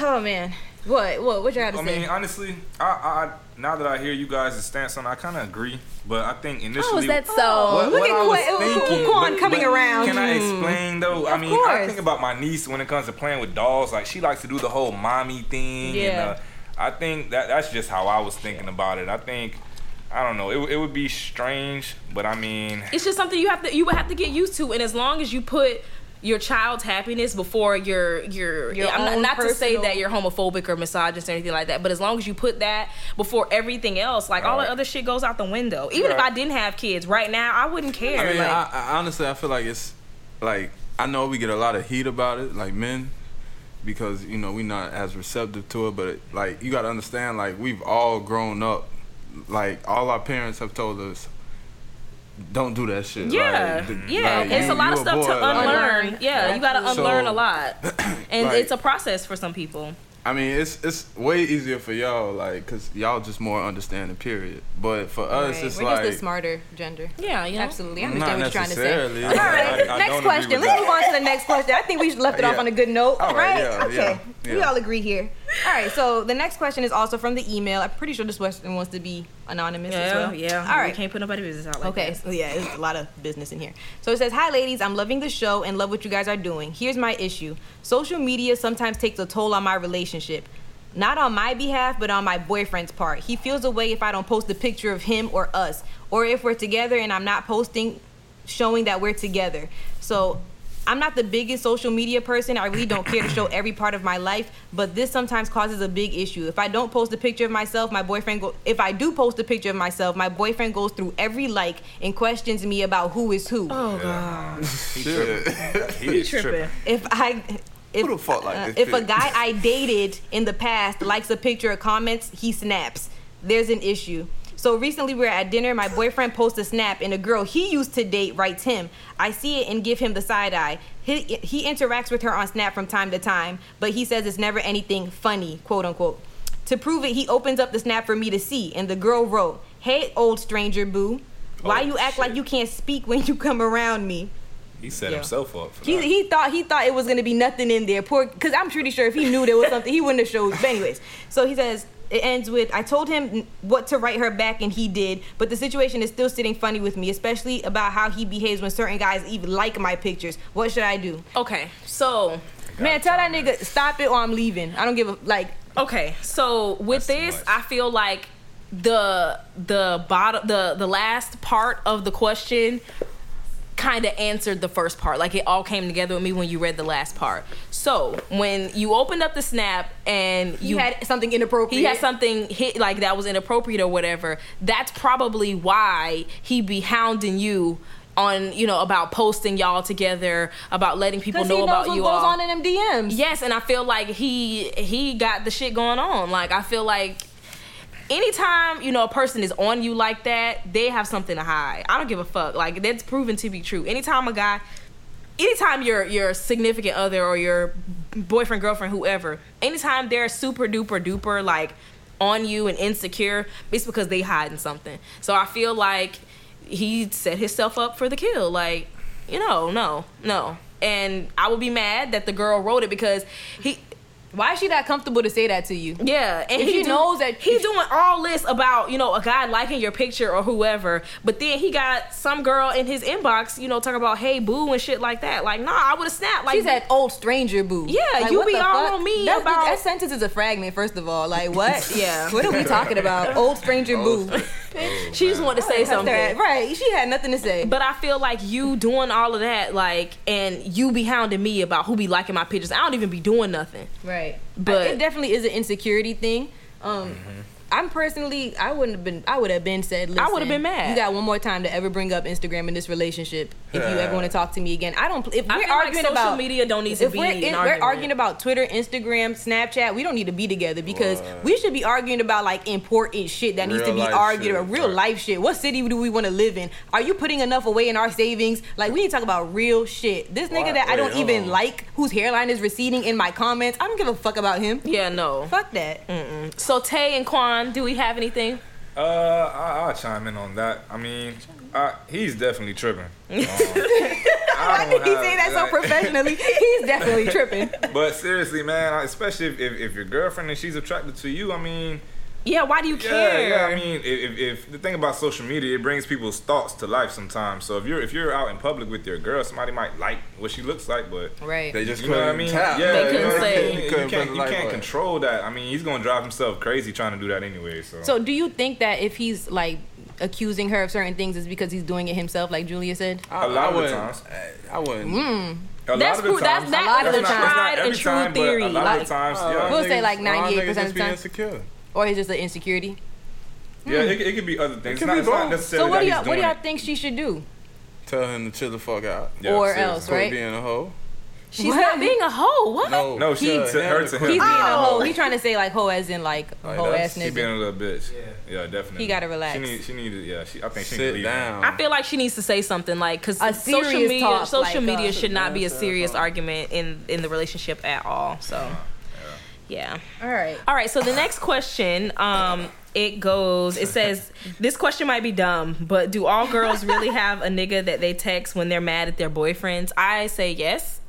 Speaker 1: Oh man, what what what you had to
Speaker 4: I
Speaker 1: say?
Speaker 4: mean, honestly, I, I now that I hear you guys' stance on, it, I kind of agree, but I think initially.
Speaker 2: How is that so?
Speaker 4: What-
Speaker 1: Look
Speaker 4: what
Speaker 1: at
Speaker 4: I was
Speaker 1: Quan- look at
Speaker 4: thinking-
Speaker 1: Quan
Speaker 4: but-
Speaker 1: coming
Speaker 4: but
Speaker 1: around. Mm.
Speaker 4: Can I explain though? I
Speaker 1: Of
Speaker 4: mean, I
Speaker 1: course.
Speaker 4: think about my niece when it comes to playing with dolls. Like she likes to do the whole mommy thing.
Speaker 1: Yeah.
Speaker 4: And, uh, I think that that's just how I was thinking about it. I think I don't know. It, would- it would be strange, but I mean,
Speaker 2: it's just something you have to you would have to get used to and as long as you put your child's happiness before your your,
Speaker 1: Your
Speaker 2: I'm not,
Speaker 1: own
Speaker 2: not to say
Speaker 1: personal-
Speaker 2: that you're homophobic or misogynist or anything like that but as long as you put that before everything else like all the
Speaker 4: Right.
Speaker 2: other shit goes out the window even if
Speaker 4: Right.
Speaker 2: I didn't have kids right now I wouldn't care
Speaker 3: I mean,
Speaker 2: like,
Speaker 3: I, I, honestly, I feel like it's like I know we get a lot of heat about it, like men, because you know we not as receptive to it. But like you got to understand, like we've all grown up. Like all our parents have told us, don't do that shit.
Speaker 2: yeah,
Speaker 3: Like, th-
Speaker 2: yeah.
Speaker 3: like,
Speaker 2: it's
Speaker 3: you-
Speaker 2: a lot of
Speaker 3: you
Speaker 2: stuff to
Speaker 3: boy, like-
Speaker 2: unlearn. yeah, you got to
Speaker 3: So-
Speaker 2: unlearn a lot, and
Speaker 3: Like-
Speaker 2: it's a process for some people.
Speaker 3: I mean, it's it's way easier for y'all, like, cause y'all just more understanding. Period. But for us,
Speaker 1: Right.
Speaker 3: it's
Speaker 1: We're
Speaker 3: Oh, like
Speaker 1: just the smarter gender.
Speaker 2: Yeah, you know?
Speaker 1: absolutely. I
Speaker 3: not
Speaker 1: understand what you're trying to say.
Speaker 3: necessarily.
Speaker 1: All right,
Speaker 4: I- I don't
Speaker 1: next
Speaker 4: agree
Speaker 1: question.
Speaker 4: with
Speaker 1: Let's
Speaker 4: that.
Speaker 1: move on to the next question. I think we left it off
Speaker 3: Yeah.
Speaker 1: on a good note,
Speaker 3: All right,
Speaker 1: right?
Speaker 3: yeah,
Speaker 1: okay,
Speaker 3: yeah,
Speaker 1: we
Speaker 3: yeah.
Speaker 1: all agree here. All right, so the next question is also from the email. I'm pretty sure this person wants to be anonymous as well. All right.
Speaker 2: We can't put nobody business out like
Speaker 1: Okay,
Speaker 2: that.
Speaker 1: so yeah, it's a lot of business in here. So it says, Hi, ladies, I'm loving the show and love what you guys are doing. Here's my issue social media sometimes takes a toll on my relationship. Not on my behalf, but on my boyfriend's part. He feels a way if I don't post a picture of him or us, or if we're together and I'm not posting, showing that we're together. So I'm not the biggest social media person. I really don't care to show every part of my life, but this sometimes causes a big issue. If I don't post a picture of myself, my boyfriend go if I do post a picture of myself, my boyfriend goes through every like and questions me about who is who.
Speaker 2: Oh god.
Speaker 3: Shit.
Speaker 4: He is tripping.
Speaker 1: If I if,
Speaker 3: Who the fuck like
Speaker 1: uh,
Speaker 3: this
Speaker 1: if a
Speaker 3: bitch?
Speaker 1: guy I dated in the past likes a picture or comments, he snaps. There's an issue. So recently we were at dinner, my boyfriend posts a snap and a girl he used to date writes him. I see it and give him the side eye. He, he interacts with her on Snap from time to time, but he says it's never anything funny, quote unquote. To prove it, he opens up the Snap for me to see, and the girl wrote, Hey, old stranger boo, why
Speaker 4: Oh,
Speaker 1: you act like
Speaker 4: shit.
Speaker 1: you can't speak when you come around me?
Speaker 4: He set
Speaker 1: Yeah.
Speaker 4: himself up. For
Speaker 1: He,
Speaker 4: that.
Speaker 1: he thought he thought it was gonna be nothing in there. Poor, because I'm pretty sure if he knew there was something, he wouldn't have showed. But anyways, so he says it ends with I told him what to write her back, and he did. But the situation is still sitting funny with me, especially about how he behaves when certain guys even like my pictures. What should I do?
Speaker 2: Okay. So
Speaker 1: Man, tell that nigga stop it or I'm leaving. I don't give a like.
Speaker 2: okay so with
Speaker 4: That's
Speaker 2: this
Speaker 4: too much.
Speaker 2: i feel like the the bottom the the last part of the question kind of answered the first part like it all came together with me when you read the last part so when you opened up the snap and
Speaker 1: He
Speaker 2: you
Speaker 1: had something inappropriate.
Speaker 2: he had something hit like that was inappropriate or whatever that's probably why he be hounding you on you know about posting y'all together about letting people
Speaker 1: because
Speaker 2: know
Speaker 1: he knows
Speaker 2: about
Speaker 1: what
Speaker 2: you
Speaker 1: goes
Speaker 2: all
Speaker 1: on in them DMs.
Speaker 2: Yes, and I feel like he he got the shit going on. Like I feel like anytime you know a person is on you like that, they have something to hide. I don't give a fuck. Like that's proven to be true. Anytime a guy, anytime your your significant other or your boyfriend girlfriend whoever, anytime they're super duper duper like on you and insecure, it's because they hiding something. So I feel like he set himself up for the kill. Like you know, no, no. And I would be mad that the girl wrote it because he
Speaker 1: Why is she that comfortable to say that to you?
Speaker 2: yeah, and
Speaker 1: If
Speaker 2: he
Speaker 1: you knows that-
Speaker 2: he's doing all this about you know a guy liking your picture or whoever, but then he got some girl in his inbox, you know, talking about hey boo and shit like that. Like, nah, I would have snapped. Like,
Speaker 1: She said, "Old stranger, boo."
Speaker 2: Yeah,
Speaker 1: Like,
Speaker 2: you
Speaker 1: what
Speaker 2: be
Speaker 1: the
Speaker 2: all
Speaker 1: fuck?
Speaker 2: on me
Speaker 1: That,
Speaker 2: about-
Speaker 1: that sentence is a fragment. First of all, like what?
Speaker 2: Yeah.
Speaker 1: what are we talking about? Old stranger, boo.
Speaker 2: she just wanted to say something.
Speaker 1: Right? She had nothing to say.
Speaker 2: But I feel like you doing all of that, like, and you be hounding me about who be liking my pictures. I don't even be doing nothing.
Speaker 1: right.
Speaker 2: But-
Speaker 1: But it definitely is an insecurity thing. Um. I'm personally, I wouldn't have been. I would have been said. Listen,
Speaker 2: I would've been mad.
Speaker 1: You got one more time to ever bring up Instagram in this relationship. If you ever want to talk to me again, I don't. pl- If
Speaker 2: I
Speaker 1: we're
Speaker 2: feel like
Speaker 1: arguing
Speaker 2: social
Speaker 1: about
Speaker 2: media don't need to
Speaker 1: if
Speaker 2: be
Speaker 1: we're,
Speaker 2: an
Speaker 1: if we're
Speaker 2: argument.
Speaker 1: arguing about Twitter, Instagram, Snapchat, we don't need to be together because we should be arguing about like important shit that needs to
Speaker 3: Real
Speaker 1: be
Speaker 3: life
Speaker 1: argued
Speaker 3: shit,
Speaker 1: about, real
Speaker 3: right.
Speaker 1: life shit. What city do we want to live in? Are you putting enough away in our savings? Like we need to talk about real shit. This nigga
Speaker 3: Why-
Speaker 1: that I
Speaker 3: wait,
Speaker 1: don't
Speaker 3: hold
Speaker 1: even
Speaker 3: on.
Speaker 1: like, whose hairline is receding in my comments, I don't give a fuck about him.
Speaker 2: Yeah, no.
Speaker 1: Fuck that.
Speaker 2: So Tay and Quan, do we have anything?
Speaker 4: Uh, I, I'll chime in on that. I mean, I, he's definitely tripping. Um, I
Speaker 1: He
Speaker 4: don't have-
Speaker 1: say that so
Speaker 4: like-
Speaker 1: professionally. He's definitely tripping.
Speaker 4: But seriously, man, I- especially if, if, if your girlfriend and she's attracted to you, I mean,
Speaker 2: Yeah, why do you
Speaker 4: yeah,
Speaker 2: care?
Speaker 4: yeah. I mean, if, if, if the thing about social media, it brings people's thoughts to life sometimes. So if you're if you're out in public with your girl, somebody might like what she looks like, but
Speaker 1: Right.
Speaker 3: They just
Speaker 4: You know what I
Speaker 3: couldn't
Speaker 4: mean?
Speaker 3: tap.
Speaker 4: Yeah,
Speaker 2: They
Speaker 4: you know
Speaker 2: couldn't
Speaker 4: what I
Speaker 2: say-
Speaker 4: mean? You
Speaker 3: Couldn't put
Speaker 4: can't, you
Speaker 3: the light
Speaker 4: can't
Speaker 3: bulb.
Speaker 4: control that. I mean, he's gonna drive himself crazy trying to do that anyway. So,
Speaker 1: So do you think that if he's like accusing her of certain things is because he's doing it himself, like Julia said?
Speaker 3: I,
Speaker 4: A lot
Speaker 3: I
Speaker 4: of the
Speaker 3: wouldn't.
Speaker 4: times.
Speaker 3: I wouldn't.
Speaker 4: a lot
Speaker 2: that's
Speaker 4: of the
Speaker 2: cool. That's-
Speaker 4: times-
Speaker 2: that
Speaker 1: is
Speaker 4: that's
Speaker 1: a
Speaker 4: not- that's
Speaker 2: tried
Speaker 4: not
Speaker 2: and
Speaker 4: every
Speaker 2: true
Speaker 4: time, but
Speaker 2: theory.
Speaker 4: A lot
Speaker 2: Like-
Speaker 4: of the times,
Speaker 3: Uh,
Speaker 4: yeah.
Speaker 1: We'll say,
Speaker 3: niggas-
Speaker 1: like,
Speaker 3: a lot
Speaker 1: 98%
Speaker 3: of niggas just
Speaker 1: of
Speaker 3: be
Speaker 1: time.
Speaker 3: insecure.
Speaker 1: Or is just an insecurity?
Speaker 4: Yeah, it, it could be other things.
Speaker 3: could
Speaker 4: it's, not,
Speaker 3: be
Speaker 4: it's not
Speaker 3: both.
Speaker 4: necessarily
Speaker 1: So hmm. what
Speaker 4: that
Speaker 1: do
Speaker 4: he's
Speaker 1: y'all what
Speaker 4: doing
Speaker 1: do y'all
Speaker 4: it.
Speaker 1: think she should do?
Speaker 3: Tell him to chill the fuck out.
Speaker 4: Yeah,
Speaker 1: or
Speaker 4: seriously.
Speaker 1: else,
Speaker 3: Quit
Speaker 1: right?
Speaker 3: being a hoe.
Speaker 2: She's not being a hoe. What?
Speaker 3: No,
Speaker 4: No, she
Speaker 3: Yeah,
Speaker 4: to her
Speaker 3: yeah,
Speaker 4: to
Speaker 3: quit.
Speaker 1: He's being
Speaker 4: him.
Speaker 1: a
Speaker 2: Ow.
Speaker 1: hoe. He trying to say like hoe as in like
Speaker 3: Like,
Speaker 1: hoe ass
Speaker 3: that's-
Speaker 4: She
Speaker 1: nigga.
Speaker 4: being a little bitch. Yeah, definitely.
Speaker 1: He gotta relax.
Speaker 4: She need, she need to, yeah, she, I think she need to
Speaker 3: Sit
Speaker 4: leave.
Speaker 3: down.
Speaker 2: I feel like she needs to say something like because
Speaker 1: A
Speaker 2: social
Speaker 1: serious
Speaker 2: media
Speaker 1: talk,
Speaker 2: social
Speaker 1: like,
Speaker 2: media
Speaker 1: uh,
Speaker 2: should not be a
Speaker 3: Yeah,
Speaker 2: serious
Speaker 3: yeah.
Speaker 2: argument in in the relationship at all. So yeah.
Speaker 1: All right.
Speaker 2: All right. So the next question, um, it goes. It says this question might be dumb, but do all girls really have a nigga that they text when they're mad at their boyfriends? I say yes.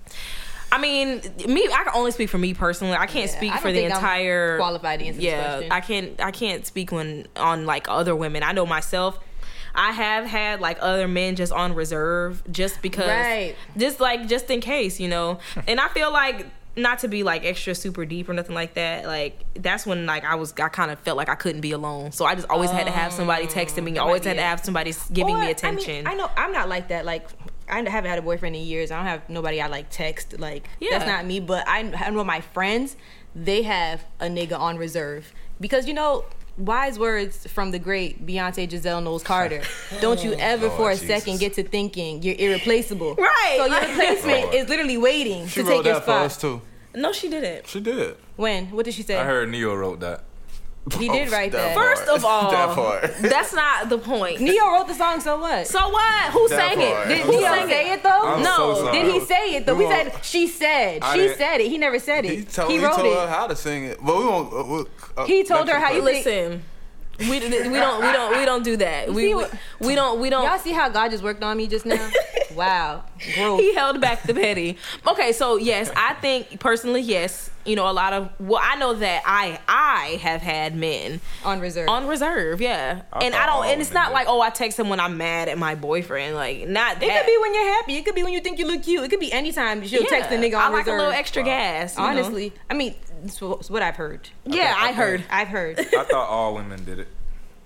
Speaker 2: I mean, me. I can only speak for me personally. I can't
Speaker 1: Yeah,
Speaker 2: speak
Speaker 1: I don't
Speaker 2: for the
Speaker 1: think I'm
Speaker 2: entire
Speaker 1: qualified to answer this
Speaker 2: Yeah,
Speaker 1: question.
Speaker 2: I can't. I can't speak on on like other women. I know myself. I have had like other men just on reserve, just because,
Speaker 1: Right.
Speaker 2: just like just in case, you know. and I feel like not to be like extra super deep or nothing like that. Like that's when like I was, I kind of felt like I couldn't be alone, so I just always had to have somebody texting me. Always
Speaker 1: might
Speaker 2: had
Speaker 1: be
Speaker 2: to
Speaker 1: it.
Speaker 2: have somebody s- giving
Speaker 1: Or,
Speaker 2: me attention.
Speaker 1: I, mean, I know I'm not like that. Like I haven't had a boyfriend in years. I don't have nobody I like text. Like
Speaker 2: Yeah.
Speaker 1: that's not me. But I, I know my friends. They have a nigga on reserve because you know. Wise words from the great Beyonce Giselle Knowles Carter. Don't you ever for a
Speaker 4: Jesus.
Speaker 1: second get to thinking you're irreplaceable.
Speaker 2: Right.
Speaker 1: So your replacement
Speaker 4: Lord.
Speaker 1: is literally waiting
Speaker 3: She
Speaker 1: to
Speaker 3: wrote
Speaker 1: take your
Speaker 3: that for
Speaker 1: spot.
Speaker 3: us too.
Speaker 2: no, she didn't.
Speaker 3: She did.
Speaker 1: When? What did she say?
Speaker 4: I heard Neo wrote that.
Speaker 1: He did write that.
Speaker 2: First of all,
Speaker 3: that part.
Speaker 2: that's not the point.
Speaker 1: Neo wrote the song, so what?
Speaker 2: So what? Who
Speaker 3: That
Speaker 2: sang it?
Speaker 3: part.
Speaker 2: Did
Speaker 1: Did
Speaker 3: I'm
Speaker 2: who
Speaker 1: Neo
Speaker 2: sang it?
Speaker 1: say it though?
Speaker 4: I'm
Speaker 2: No,
Speaker 4: so sorry.
Speaker 1: Did he say it though?
Speaker 3: We
Speaker 1: We
Speaker 3: won't-
Speaker 1: said she said.
Speaker 4: I
Speaker 1: She
Speaker 4: didn't-
Speaker 1: said it. He never said it.
Speaker 3: He
Speaker 1: He,
Speaker 3: told, he
Speaker 1: wrote
Speaker 3: told her
Speaker 1: it.
Speaker 3: how to sing it, but we won't. Uh, we'll- uh,
Speaker 1: He told
Speaker 3: next
Speaker 1: her how you
Speaker 3: question.
Speaker 2: Listen, we, we don't we don't we don't do that. We
Speaker 1: see
Speaker 2: we,
Speaker 1: what-
Speaker 2: we don't we
Speaker 1: Y'all
Speaker 2: don't.
Speaker 1: see how God just worked on me just now? wow. Growth.
Speaker 2: He held back the petty. Okay, so yes, I think personally, yes, you know, a lot of well, I know that I I have had men
Speaker 1: on reserve.
Speaker 2: on reserve, yeah,
Speaker 4: I
Speaker 2: and
Speaker 4: thought
Speaker 2: I
Speaker 4: all
Speaker 2: don't, and it's
Speaker 4: men
Speaker 2: not
Speaker 4: did.
Speaker 2: like oh, I text him when I'm mad at my boyfriend, like not that.
Speaker 1: it could be when you're happy. It could be when you think you look cute. It could be anytime she'll
Speaker 2: Yeah.
Speaker 1: text a nigga
Speaker 2: I
Speaker 1: on
Speaker 2: like
Speaker 1: reserve.
Speaker 2: a little extra gas. you know?
Speaker 1: Honestly, I mean, it's wh- it's what I've heard.
Speaker 2: yeah, I heard.
Speaker 1: I've heard.
Speaker 4: I thought all women did it.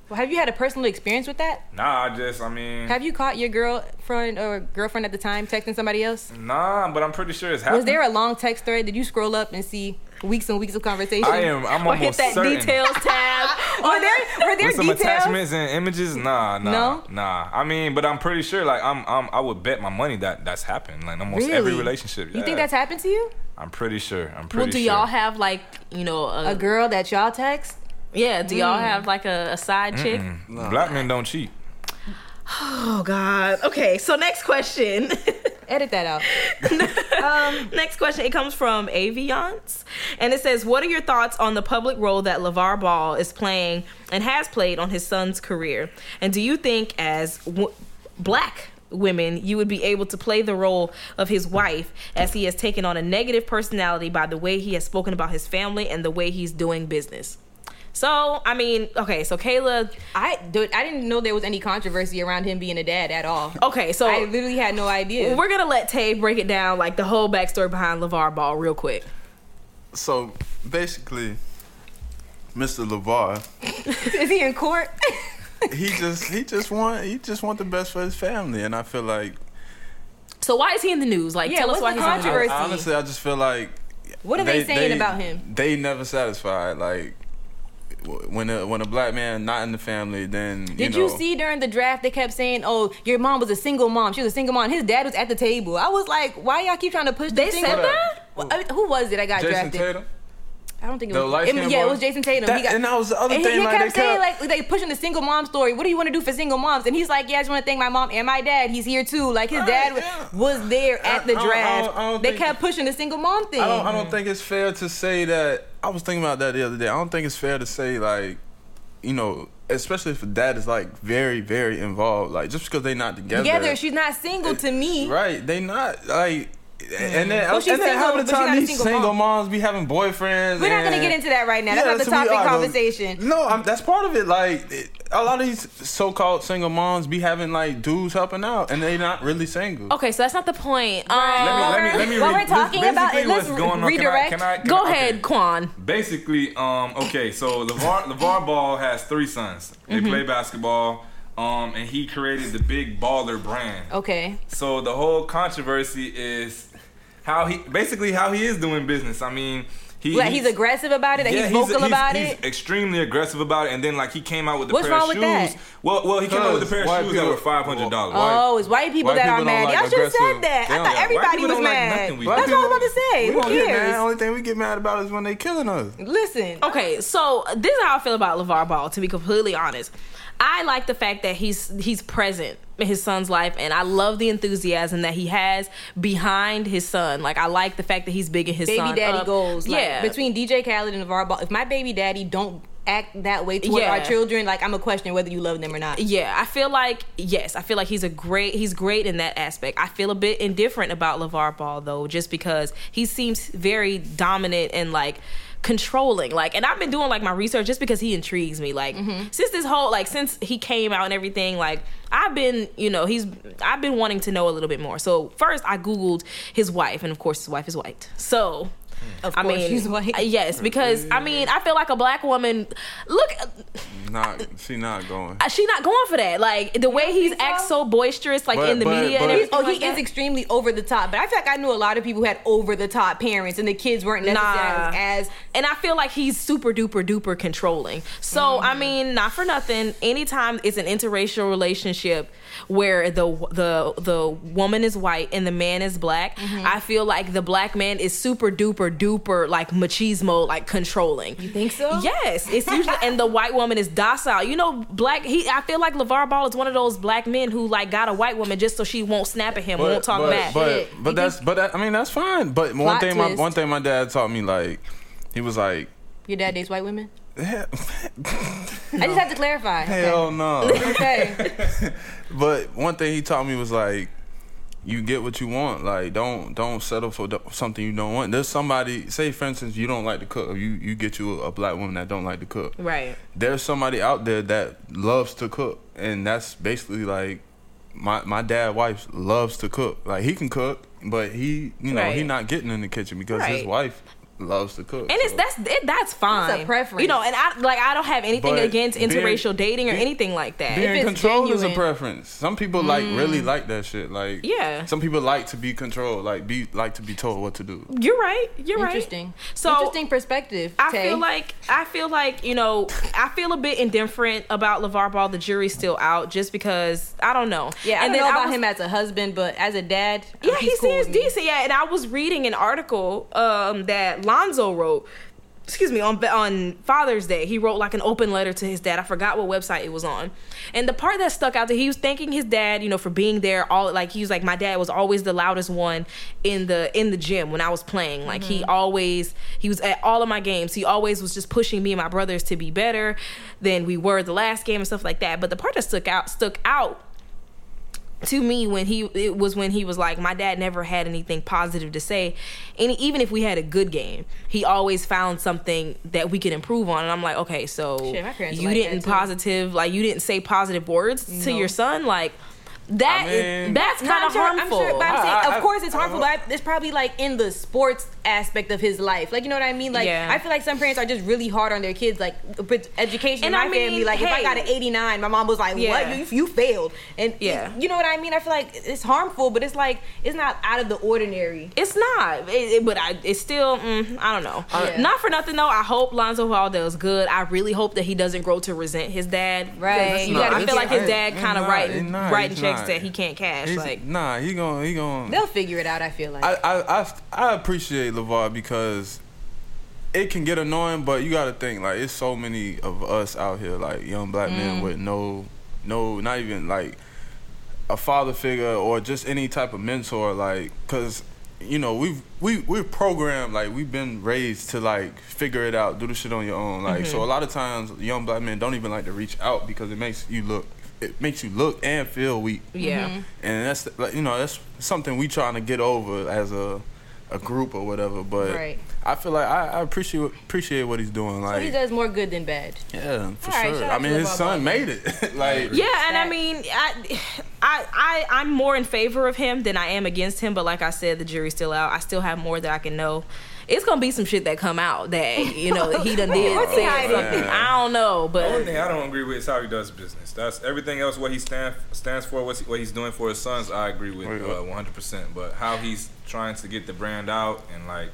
Speaker 1: Well, have you had a personal experience with that?
Speaker 4: Nah, I just I mean
Speaker 1: Have you caught your girlfriend or girlfriend at the time texting somebody else?
Speaker 4: nah, but I'm pretty sure it's happening.
Speaker 1: Was there a long text thread? Did you scroll up and see weeks and weeks of conversation?
Speaker 4: I am. I'm
Speaker 2: or
Speaker 4: almost
Speaker 2: hit that
Speaker 4: certain.
Speaker 2: details tab.
Speaker 1: Were there were there
Speaker 4: With some
Speaker 1: details?
Speaker 4: attachments and images, nah, nah,
Speaker 1: No?
Speaker 4: nah. I mean, but I'm pretty sure. Like, I'm, I'm, I would bet my money that that's happened. Like, in almost every
Speaker 1: Really?
Speaker 4: relationship.
Speaker 1: You
Speaker 4: yeah.
Speaker 1: think that's happened to you?
Speaker 4: I'm pretty sure. I'm pretty
Speaker 2: Well, do
Speaker 4: sure.
Speaker 2: y'all have like you know a,
Speaker 1: A Mm. girl that y'all text?
Speaker 2: yeah? Do y'all have like a, a side chick?
Speaker 4: Black men don't cheat.
Speaker 2: Oh God. Okay. So next question.
Speaker 1: Edit that out.
Speaker 2: next question. It comes from Aviance, and it says, "What are your thoughts on the public role that LeVar Ball is playing and has played on his son's career? And do you think, as w- black women, you would be able to play the role of his wife, as he has taken on a negative personality by the way he has spoken about his family and the way he's doing business?" So, I mean, okay, so Kayla,
Speaker 1: I dude, I didn't know there was any controversy around him being a dad at all.
Speaker 2: okay, so
Speaker 1: I literally had no idea.
Speaker 2: We're gonna let Tay break it down, like the whole backstory behind LeVar Ball, real quick.
Speaker 3: So basically, Mr. Levar,
Speaker 1: Is he in court?
Speaker 3: he just he just want he just want the best for his family, and I feel like
Speaker 2: So why is he in the news? Like,
Speaker 1: Yeah,
Speaker 2: tell us
Speaker 1: what's
Speaker 2: why
Speaker 1: the
Speaker 2: he's in the news.
Speaker 1: controversy?
Speaker 3: honestly, I just feel like
Speaker 1: What are they, saying about him?
Speaker 3: They never satisfied. Like w- when a when a black man not in the family, then you
Speaker 1: Did
Speaker 3: know,
Speaker 1: you see during the draft they kept saying, "Oh, your mom was a single mom. She was a single mom. His dad was at the table." I was like, "Why y'all keep trying to push?"
Speaker 2: They
Speaker 1: the
Speaker 2: said
Speaker 1: single-
Speaker 2: that?
Speaker 1: Well, I mean, who was it? I got
Speaker 3: Jason
Speaker 1: drafted.
Speaker 3: Tatum?
Speaker 1: I don't think it
Speaker 3: The
Speaker 1: was.
Speaker 3: light-skinned
Speaker 1: it- yeah, it
Speaker 3: boy?
Speaker 1: was Jason Tatum.
Speaker 3: That-
Speaker 1: he got,
Speaker 3: and that was the other
Speaker 1: and
Speaker 3: thing,
Speaker 1: He, he
Speaker 3: like,
Speaker 1: kept
Speaker 3: they
Speaker 1: saying
Speaker 3: kept-
Speaker 1: like they pushing the single mom story. What do you want to do for single moms? And he's like, yeah, I just want to thank my mom and my dad. He's here too. Like his
Speaker 3: Right,
Speaker 1: dad was-
Speaker 3: yeah.
Speaker 1: was there at
Speaker 3: I-
Speaker 1: the
Speaker 3: I don't- I
Speaker 1: draft.
Speaker 3: don't- I don't
Speaker 1: they
Speaker 3: think-
Speaker 1: kept pushing the single mom thing.
Speaker 3: I don't, I don't think it's fair to say that. I was thinking about that the other day. I don't think it's fair to say like, you know, especially if a dad is like very, very involved. Like just because they not together,
Speaker 1: Together, she's not single to me.
Speaker 3: right? They not like, and then
Speaker 1: Well, she's
Speaker 3: and then
Speaker 1: single,
Speaker 3: half
Speaker 1: but
Speaker 3: the
Speaker 1: she got
Speaker 3: time
Speaker 1: a
Speaker 3: these
Speaker 1: single
Speaker 3: single,
Speaker 1: mom.
Speaker 3: moms be having boyfriends.
Speaker 1: We're not gonna
Speaker 3: and-
Speaker 1: get into that right now. That's
Speaker 3: Yeah,
Speaker 1: not the
Speaker 3: so we
Speaker 1: topic
Speaker 3: are Mm. gonna-
Speaker 1: conversation.
Speaker 3: no, I'm, that's part of it. Like it, a lot of these so-called single moms be having like dudes helping out, and they not really single.
Speaker 2: Okay, so that's not the point.
Speaker 4: Let me,
Speaker 2: Um,
Speaker 4: let me, let me.
Speaker 1: While
Speaker 4: read-
Speaker 1: we're talking
Speaker 4: this
Speaker 1: about it,
Speaker 4: basically
Speaker 1: let's
Speaker 4: what's going on. Can I-
Speaker 1: redirect.
Speaker 4: Can I, can
Speaker 2: go
Speaker 4: I- okay.
Speaker 2: ahead, Quan.
Speaker 4: Basically, um, okay, so LeVar, LeVar Ball has three sons. They
Speaker 1: Mm-hmm.
Speaker 4: play basketball, um, and he created the Big Baller brand.
Speaker 1: Okay.
Speaker 4: So the whole controversy is how he basically how he is doing business. I mean, he
Speaker 1: Like he's aggressive about it. That he's vocal about
Speaker 4: he's
Speaker 1: it.
Speaker 4: Extremely aggressive about it, and then like he came out with the
Speaker 1: What's
Speaker 4: pair
Speaker 1: wrong
Speaker 4: of
Speaker 1: with
Speaker 4: shoes.
Speaker 1: that?
Speaker 4: Well, well, he came out with a pair
Speaker 3: White
Speaker 4: of shoes that
Speaker 3: people-
Speaker 4: were five hundred dollars.
Speaker 3: White-
Speaker 1: oh, it's white people
Speaker 3: white
Speaker 1: that
Speaker 3: people
Speaker 1: are
Speaker 3: don't
Speaker 1: mad.
Speaker 3: like
Speaker 1: Y'all should have said
Speaker 3: aggressive-
Speaker 1: that.
Speaker 3: they
Speaker 1: I
Speaker 3: don't
Speaker 1: thought
Speaker 3: like-
Speaker 4: white
Speaker 1: everybody
Speaker 4: people
Speaker 1: was
Speaker 4: don't like
Speaker 1: mad.
Speaker 4: nothing we
Speaker 1: That's
Speaker 4: do.
Speaker 1: what I was about to say.
Speaker 3: We
Speaker 1: Who
Speaker 3: don't get mad. The
Speaker 1: cares?
Speaker 3: only thing we get mad about is when they killing us.
Speaker 1: Listen.
Speaker 2: Okay, so this is how I feel about LeVar Ball, to be completely honest. I like the fact that he's he's present in his son's life and I love the enthusiasm that he has behind his son. Like I like the fact that he's big in his
Speaker 1: baby
Speaker 2: son
Speaker 1: daddy
Speaker 2: up.
Speaker 1: goals. Like,
Speaker 2: Yeah.
Speaker 1: between DJ Khaled and LeVar Ball, if my baby daddy don't act that way toward
Speaker 2: Yeah.
Speaker 1: our children, like I'm a question whether you love them or not.
Speaker 2: Yeah, I feel like yes, I feel like he's a great he's great in that aspect. I feel a bit indifferent about LeVar Ball though, just because he seems very dominant and like controlling. Like and I've been doing like my research just because he intrigues me. Like
Speaker 1: Mm-hmm.
Speaker 2: since this whole like since he came out and everything, like I've been, you know, he's I've been wanting to know a little bit more. So first I Googled his wife and of course his wife is white. So
Speaker 1: Hmm. Of
Speaker 2: I
Speaker 1: course,
Speaker 2: mean,
Speaker 1: she's white.
Speaker 2: yes, because I mean, I feel like a black woman. Look,
Speaker 3: Not she not going.
Speaker 2: uh, she not going for that. Like the way he's
Speaker 1: think
Speaker 2: acts
Speaker 1: so?
Speaker 2: so boisterous, like
Speaker 3: But-
Speaker 2: in the
Speaker 3: but-
Speaker 2: media and
Speaker 3: but-
Speaker 1: He's,
Speaker 2: everything.
Speaker 1: oh, he
Speaker 2: like
Speaker 1: is
Speaker 2: that.
Speaker 1: extremely over the top, but I feel like I knew a lot of people who had over the top parents, and the kids weren't
Speaker 2: Nah.
Speaker 1: necessarily as
Speaker 2: and I feel like he's super duper duper controlling. So I mean, not for nothing. Anytime it's an interracial relationship where the the the woman is white and the man is black, I feel like the black man is super duper duper like machismo, like controlling. You
Speaker 1: think so?
Speaker 2: Yes, it's usually and the white woman is docile. You know, black. He I feel like Levar Ball is one of those black men who like got a white woman just so she won't snap at him, won't talk
Speaker 3: but,
Speaker 2: back.
Speaker 3: But,
Speaker 1: Shit.
Speaker 3: but that's but that, I mean that's fine. But one
Speaker 1: Plot
Speaker 3: thing my
Speaker 1: twist.
Speaker 3: one thing my dad taught me like he was like
Speaker 1: your dad dates white women.
Speaker 3: hell
Speaker 1: I just have to clarify.
Speaker 3: hell no.
Speaker 1: Okay. okay.
Speaker 3: But one thing he taught me was like, you get what you want. Like, don't don't settle for th- something you don't want. There's somebody, say for instance, you don't like to cook. Or you you get you a black woman that don't like to cook.
Speaker 2: right.
Speaker 3: There's somebody out there that loves to cook, and that's basically like my my dad wife loves to cook. Like he can cook, but he you know he
Speaker 2: Right.
Speaker 3: not getting in the kitchen because his
Speaker 2: Right.
Speaker 3: wife loves to cook.
Speaker 2: And it's
Speaker 3: so-
Speaker 2: that's it, that's fine.
Speaker 1: That's a preference.
Speaker 2: you know. And I like I don't have anything
Speaker 3: But
Speaker 2: against
Speaker 3: being-
Speaker 2: interracial dating or
Speaker 3: being-
Speaker 2: anything like that.
Speaker 3: being
Speaker 1: it's
Speaker 3: controlled is a
Speaker 1: genuine-
Speaker 3: preference. Some people like really like that shit. Like
Speaker 2: Yeah.
Speaker 3: some people like to be controlled. Like be like to be told what to do.
Speaker 2: you're right. You're right.
Speaker 1: Interesting.
Speaker 2: So
Speaker 1: interesting perspective.
Speaker 2: I
Speaker 1: Tay.
Speaker 2: feel like I feel like you know I feel a bit indifferent about Levar Ball. The jury's still out, just because I don't know.
Speaker 1: yeah,
Speaker 2: and
Speaker 1: I don't know
Speaker 2: I
Speaker 1: about
Speaker 2: was-
Speaker 1: him as a husband, but as a dad,
Speaker 2: Yeah,
Speaker 1: he's
Speaker 2: he
Speaker 1: cool
Speaker 2: seems
Speaker 1: with me.
Speaker 2: decent. Yeah, and I was reading an article um, that Lonzo wrote. Excuse me, on on Father's Day, he wrote like an open letter to his dad. I forgot what website it was on, and the part that stuck out that he was thanking his dad, you know, for being there. All like he was like, my dad was always the loudest one in the in the gym when I was playing. Like he always he was at all of my games. He always was just pushing me and my brothers to be better than we were the last game and stuff like that. But the part that stuck out stuck out to me when he it was when he was like my dad never had anything positive to say and even if we had a good game he always found something that we could improve on and i'm like okay so
Speaker 1: Shit, my parents
Speaker 2: you
Speaker 1: like that
Speaker 2: didn't
Speaker 1: too.
Speaker 2: positive like you didn't say positive words to
Speaker 1: No.
Speaker 2: your son like that
Speaker 3: I
Speaker 2: is-
Speaker 3: mean-
Speaker 2: that's
Speaker 1: No,
Speaker 2: kind
Speaker 1: I'm
Speaker 2: of
Speaker 1: sure- I'm
Speaker 2: harmful
Speaker 1: sure- but I'm
Speaker 3: I-
Speaker 1: saying,
Speaker 3: I-
Speaker 1: of course, it's
Speaker 3: I-
Speaker 1: harmful. But it's probably like in the sports aspect of his life. Like you know what I mean? Like
Speaker 2: Yeah.
Speaker 1: I feel like some parents are just really hard on their kids. Like but education
Speaker 2: And
Speaker 1: in my
Speaker 2: I mean,
Speaker 1: family. Like if I
Speaker 2: hey.
Speaker 1: got an 89, my mom was like,
Speaker 2: Yeah.
Speaker 1: "What? You, you failed." And
Speaker 2: Yeah.
Speaker 1: you know what I mean? I feel like it's harmful, but it's like it's not out of the ordinary.
Speaker 2: It's not, it, it- but I, it's still. Mm, I don't know.
Speaker 1: Yeah.
Speaker 2: Not for nothing though. I hope Lonzo Ball does good. I really hope that he doesn't grow to resent his dad.
Speaker 1: Right.
Speaker 2: Because
Speaker 1: You
Speaker 3: Nah,
Speaker 1: gotta
Speaker 2: I
Speaker 1: be
Speaker 2: feel like his
Speaker 1: careful.
Speaker 2: dad
Speaker 3: It's
Speaker 2: kind of
Speaker 3: not, it's
Speaker 2: writing
Speaker 3: not,
Speaker 2: writing
Speaker 3: it's
Speaker 2: checks
Speaker 3: not.
Speaker 2: that he can't cash.
Speaker 3: He's-
Speaker 2: like
Speaker 3: nah, he gon' he gon'
Speaker 1: They'll figure it out. I feel like.
Speaker 3: I, I I I appreciate Levar because it can get annoying, but you gotta think like it's so many of us out here like young black men with no no not even like a father figure or just any type of mentor like because you know we've we we're programmed like we've been raised to like figure it out do the shit on your own like so a lot of times young black men don't even like to reach out because it makes you look it makes you look and feel weak
Speaker 2: Yeah.
Speaker 3: and that's like you know that's something we trying to get over as a a group or whatever but
Speaker 1: Right.
Speaker 3: i feel like I, I appreciate appreciate what he's doing
Speaker 1: So
Speaker 3: like
Speaker 1: he does more good than bad.
Speaker 3: yeah for
Speaker 1: All right,
Speaker 3: sure
Speaker 1: shout
Speaker 3: i
Speaker 1: out
Speaker 3: mean
Speaker 1: to
Speaker 3: his
Speaker 1: LeVar
Speaker 3: son
Speaker 1: Ball.
Speaker 3: made it like
Speaker 2: Yeah, and I
Speaker 1: Facts.
Speaker 2: mean, I, I, I, I'm more in favor of him than I am against him. But like I said, the jury's still out. I still have more that I can know. It's gonna be some shit that come out that you know he done did
Speaker 1: What's
Speaker 2: said
Speaker 1: hiding?
Speaker 2: something. I don't know,
Speaker 4: The only
Speaker 2: but
Speaker 4: thing I don't agree with is how he does business. That's everything else. What he stand, stands for, what's, what he's doing for his sons, I agree with
Speaker 3: Wait,
Speaker 4: uh,
Speaker 3: what?
Speaker 4: 100%. But how he's trying to get the brand out and like,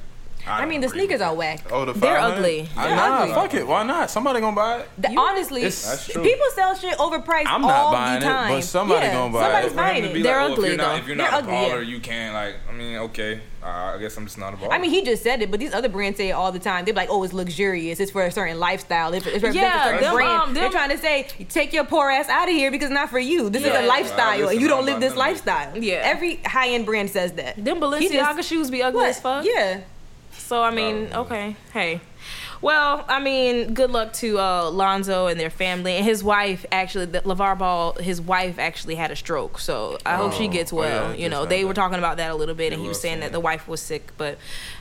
Speaker 1: I,
Speaker 4: don't
Speaker 1: mean, the
Speaker 4: agree with
Speaker 1: sneakers
Speaker 4: that.
Speaker 1: are whack.
Speaker 3: Oh, the
Speaker 2: They're
Speaker 3: 500?
Speaker 2: ugly.
Speaker 3: I-
Speaker 2: They're
Speaker 3: nah,
Speaker 2: ugly.
Speaker 3: fuck it. Why not? Somebody gonna buy it.
Speaker 1: The- honestly,
Speaker 3: It's- that's true.
Speaker 1: people sell shit overpriced
Speaker 3: I'm not
Speaker 1: all
Speaker 3: buying it,
Speaker 1: the time.
Speaker 3: but somebody
Speaker 1: Yeah,
Speaker 3: gonna buy it.
Speaker 1: somebody's
Speaker 3: For
Speaker 4: For him
Speaker 1: buying
Speaker 4: to
Speaker 1: it.
Speaker 4: be
Speaker 2: They're
Speaker 4: like, well,
Speaker 2: ugly,
Speaker 4: if you're
Speaker 2: though.
Speaker 4: not, if you're
Speaker 1: They're
Speaker 4: not
Speaker 1: ugly,
Speaker 4: a baller,
Speaker 1: yeah.
Speaker 4: you can't like. I mean, okay, uh, I guess I'm just not a baller.
Speaker 1: I mean, he just said it, but these other brands say it all the time. They're like, "Oh, it's luxurious. It's for a certain lifestyle. It's, it's for
Speaker 2: Yeah,
Speaker 1: a certain
Speaker 2: them,
Speaker 1: brand."
Speaker 2: um, them-
Speaker 1: They're trying to say, "Take your poor ass out of here because it's not for you. This
Speaker 4: Yeah.
Speaker 1: is a lifestyle,
Speaker 4: Listen,
Speaker 1: and you
Speaker 4: I'm
Speaker 1: don't live
Speaker 4: not
Speaker 1: this
Speaker 4: gonna make-
Speaker 1: lifestyle."
Speaker 2: Yeah.
Speaker 1: every high end brand says that.
Speaker 2: them
Speaker 1: He
Speaker 2: Balenciaga
Speaker 1: just-
Speaker 2: shoes be ugly
Speaker 1: What?
Speaker 2: as fuck.
Speaker 1: Yeah,
Speaker 3: Oh,
Speaker 2: So I mean,
Speaker 4: Probably.
Speaker 2: okay, hey. Well, I mean, good luck to uh, Lonzo and their family and his wife. Actually, the, Levar Ball, his wife actually had a stroke, so I hope she
Speaker 3: Oh,
Speaker 2: gets
Speaker 3: oh, yeah,
Speaker 2: well.
Speaker 3: I
Speaker 2: you know,
Speaker 3: just
Speaker 2: they
Speaker 3: heard
Speaker 2: were
Speaker 3: that.
Speaker 2: talking about that a little bit,
Speaker 4: They
Speaker 2: and he was
Speaker 4: were
Speaker 2: saying
Speaker 4: saying
Speaker 2: that the
Speaker 4: that.
Speaker 2: wife was sick, but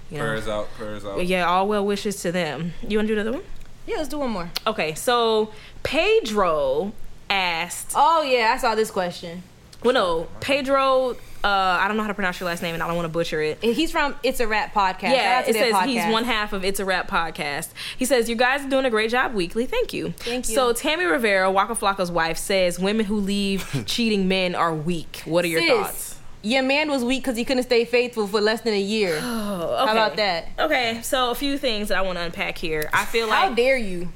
Speaker 2: you know,
Speaker 4: Prayers out. Prayers out.
Speaker 2: yeah, all well wishes to them. You want to do another one?
Speaker 1: Yeah, let's do one more.
Speaker 2: Okay, so Pedro asked.
Speaker 1: Oh yeah, I saw this question.
Speaker 2: Well, no, Pedro. Uh, I don't know how to pronounce your last name, and I don't want to butcher it.
Speaker 1: He's from It's a Rap podcast. Shout
Speaker 2: Yeah,
Speaker 1: out to
Speaker 2: it
Speaker 1: their
Speaker 2: says he's
Speaker 1: podcast.
Speaker 2: one half of It's a Rap podcast. He says, You guys are doing a great job weekly. Thank you.
Speaker 1: Thank you.
Speaker 2: So, Tammy Rivera, Waka Flocka's wife, says, Women who leave cheating men are weak. What are your
Speaker 1: Sis,
Speaker 2: thoughts?
Speaker 1: Your man was weak because he couldn't stay faithful for less than a year. How about that?
Speaker 2: Okay, so a few things that I want to unpack here. I feel
Speaker 1: How
Speaker 2: like
Speaker 1: dare you?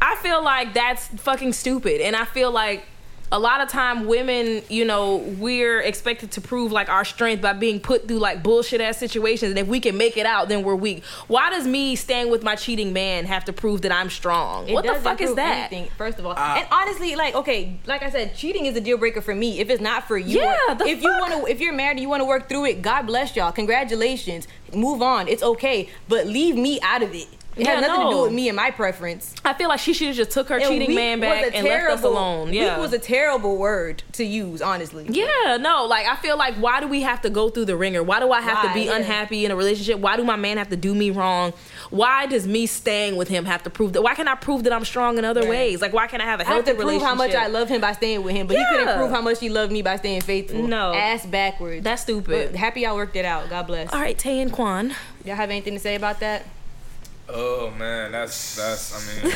Speaker 2: I feel like that's fucking stupid. And I feel like a lot of time women, you know, we're expected to prove like our strength by being put through like bullshit ass situations. And if we can make it out, then we're weak. Why does me staying with my cheating man have to prove that I'm strong?
Speaker 1: It
Speaker 2: what the
Speaker 1: doesn't
Speaker 2: fuck is
Speaker 1: prove
Speaker 2: that?
Speaker 1: anything, first of all, and honestly, like okay, like I said, cheating is a deal breaker for me. If it's not for you,
Speaker 2: Yeah, the
Speaker 1: if you
Speaker 2: fuck?
Speaker 1: want to, if you're married, and you want to work through it. God bless y'all. Congratulations. Move on. It's okay, but leave me out of it. It
Speaker 2: Yeah,
Speaker 1: has nothing to
Speaker 2: no.
Speaker 1: do with me and my preference.
Speaker 2: I feel like she should have just took her
Speaker 1: And
Speaker 2: cheating
Speaker 1: weak
Speaker 2: man
Speaker 1: was
Speaker 2: back
Speaker 1: a
Speaker 2: and left us
Speaker 1: terrible-
Speaker 2: alone.
Speaker 1: weak
Speaker 2: Yeah.
Speaker 1: was a terrible word to use, honestly.
Speaker 2: Yeah, no, like I feel like why do we have to go through the ringer? Why do I have to
Speaker 1: Why?
Speaker 2: be
Speaker 1: Yeah.
Speaker 2: unhappy in a relationship? Why do my man have to do me wrong? Why does me staying with him have to prove that? Why can't I prove that I'm strong in other
Speaker 1: Right.
Speaker 2: ways? Like why can't I have a
Speaker 1: I have
Speaker 2: healthy
Speaker 1: to prove
Speaker 2: relationship?
Speaker 1: how much I love him by staying with him, but he
Speaker 2: Yeah.
Speaker 1: couldn't prove how much he loved me by staying faithful.
Speaker 2: No.
Speaker 1: ass backwards.
Speaker 2: That's
Speaker 1: but
Speaker 2: stupid.
Speaker 1: happy y'all worked it out. God bless.
Speaker 2: All right, Tay and Kwan.
Speaker 1: Y'all have anything to say about that?
Speaker 4: Oh man, that's that's. I mean,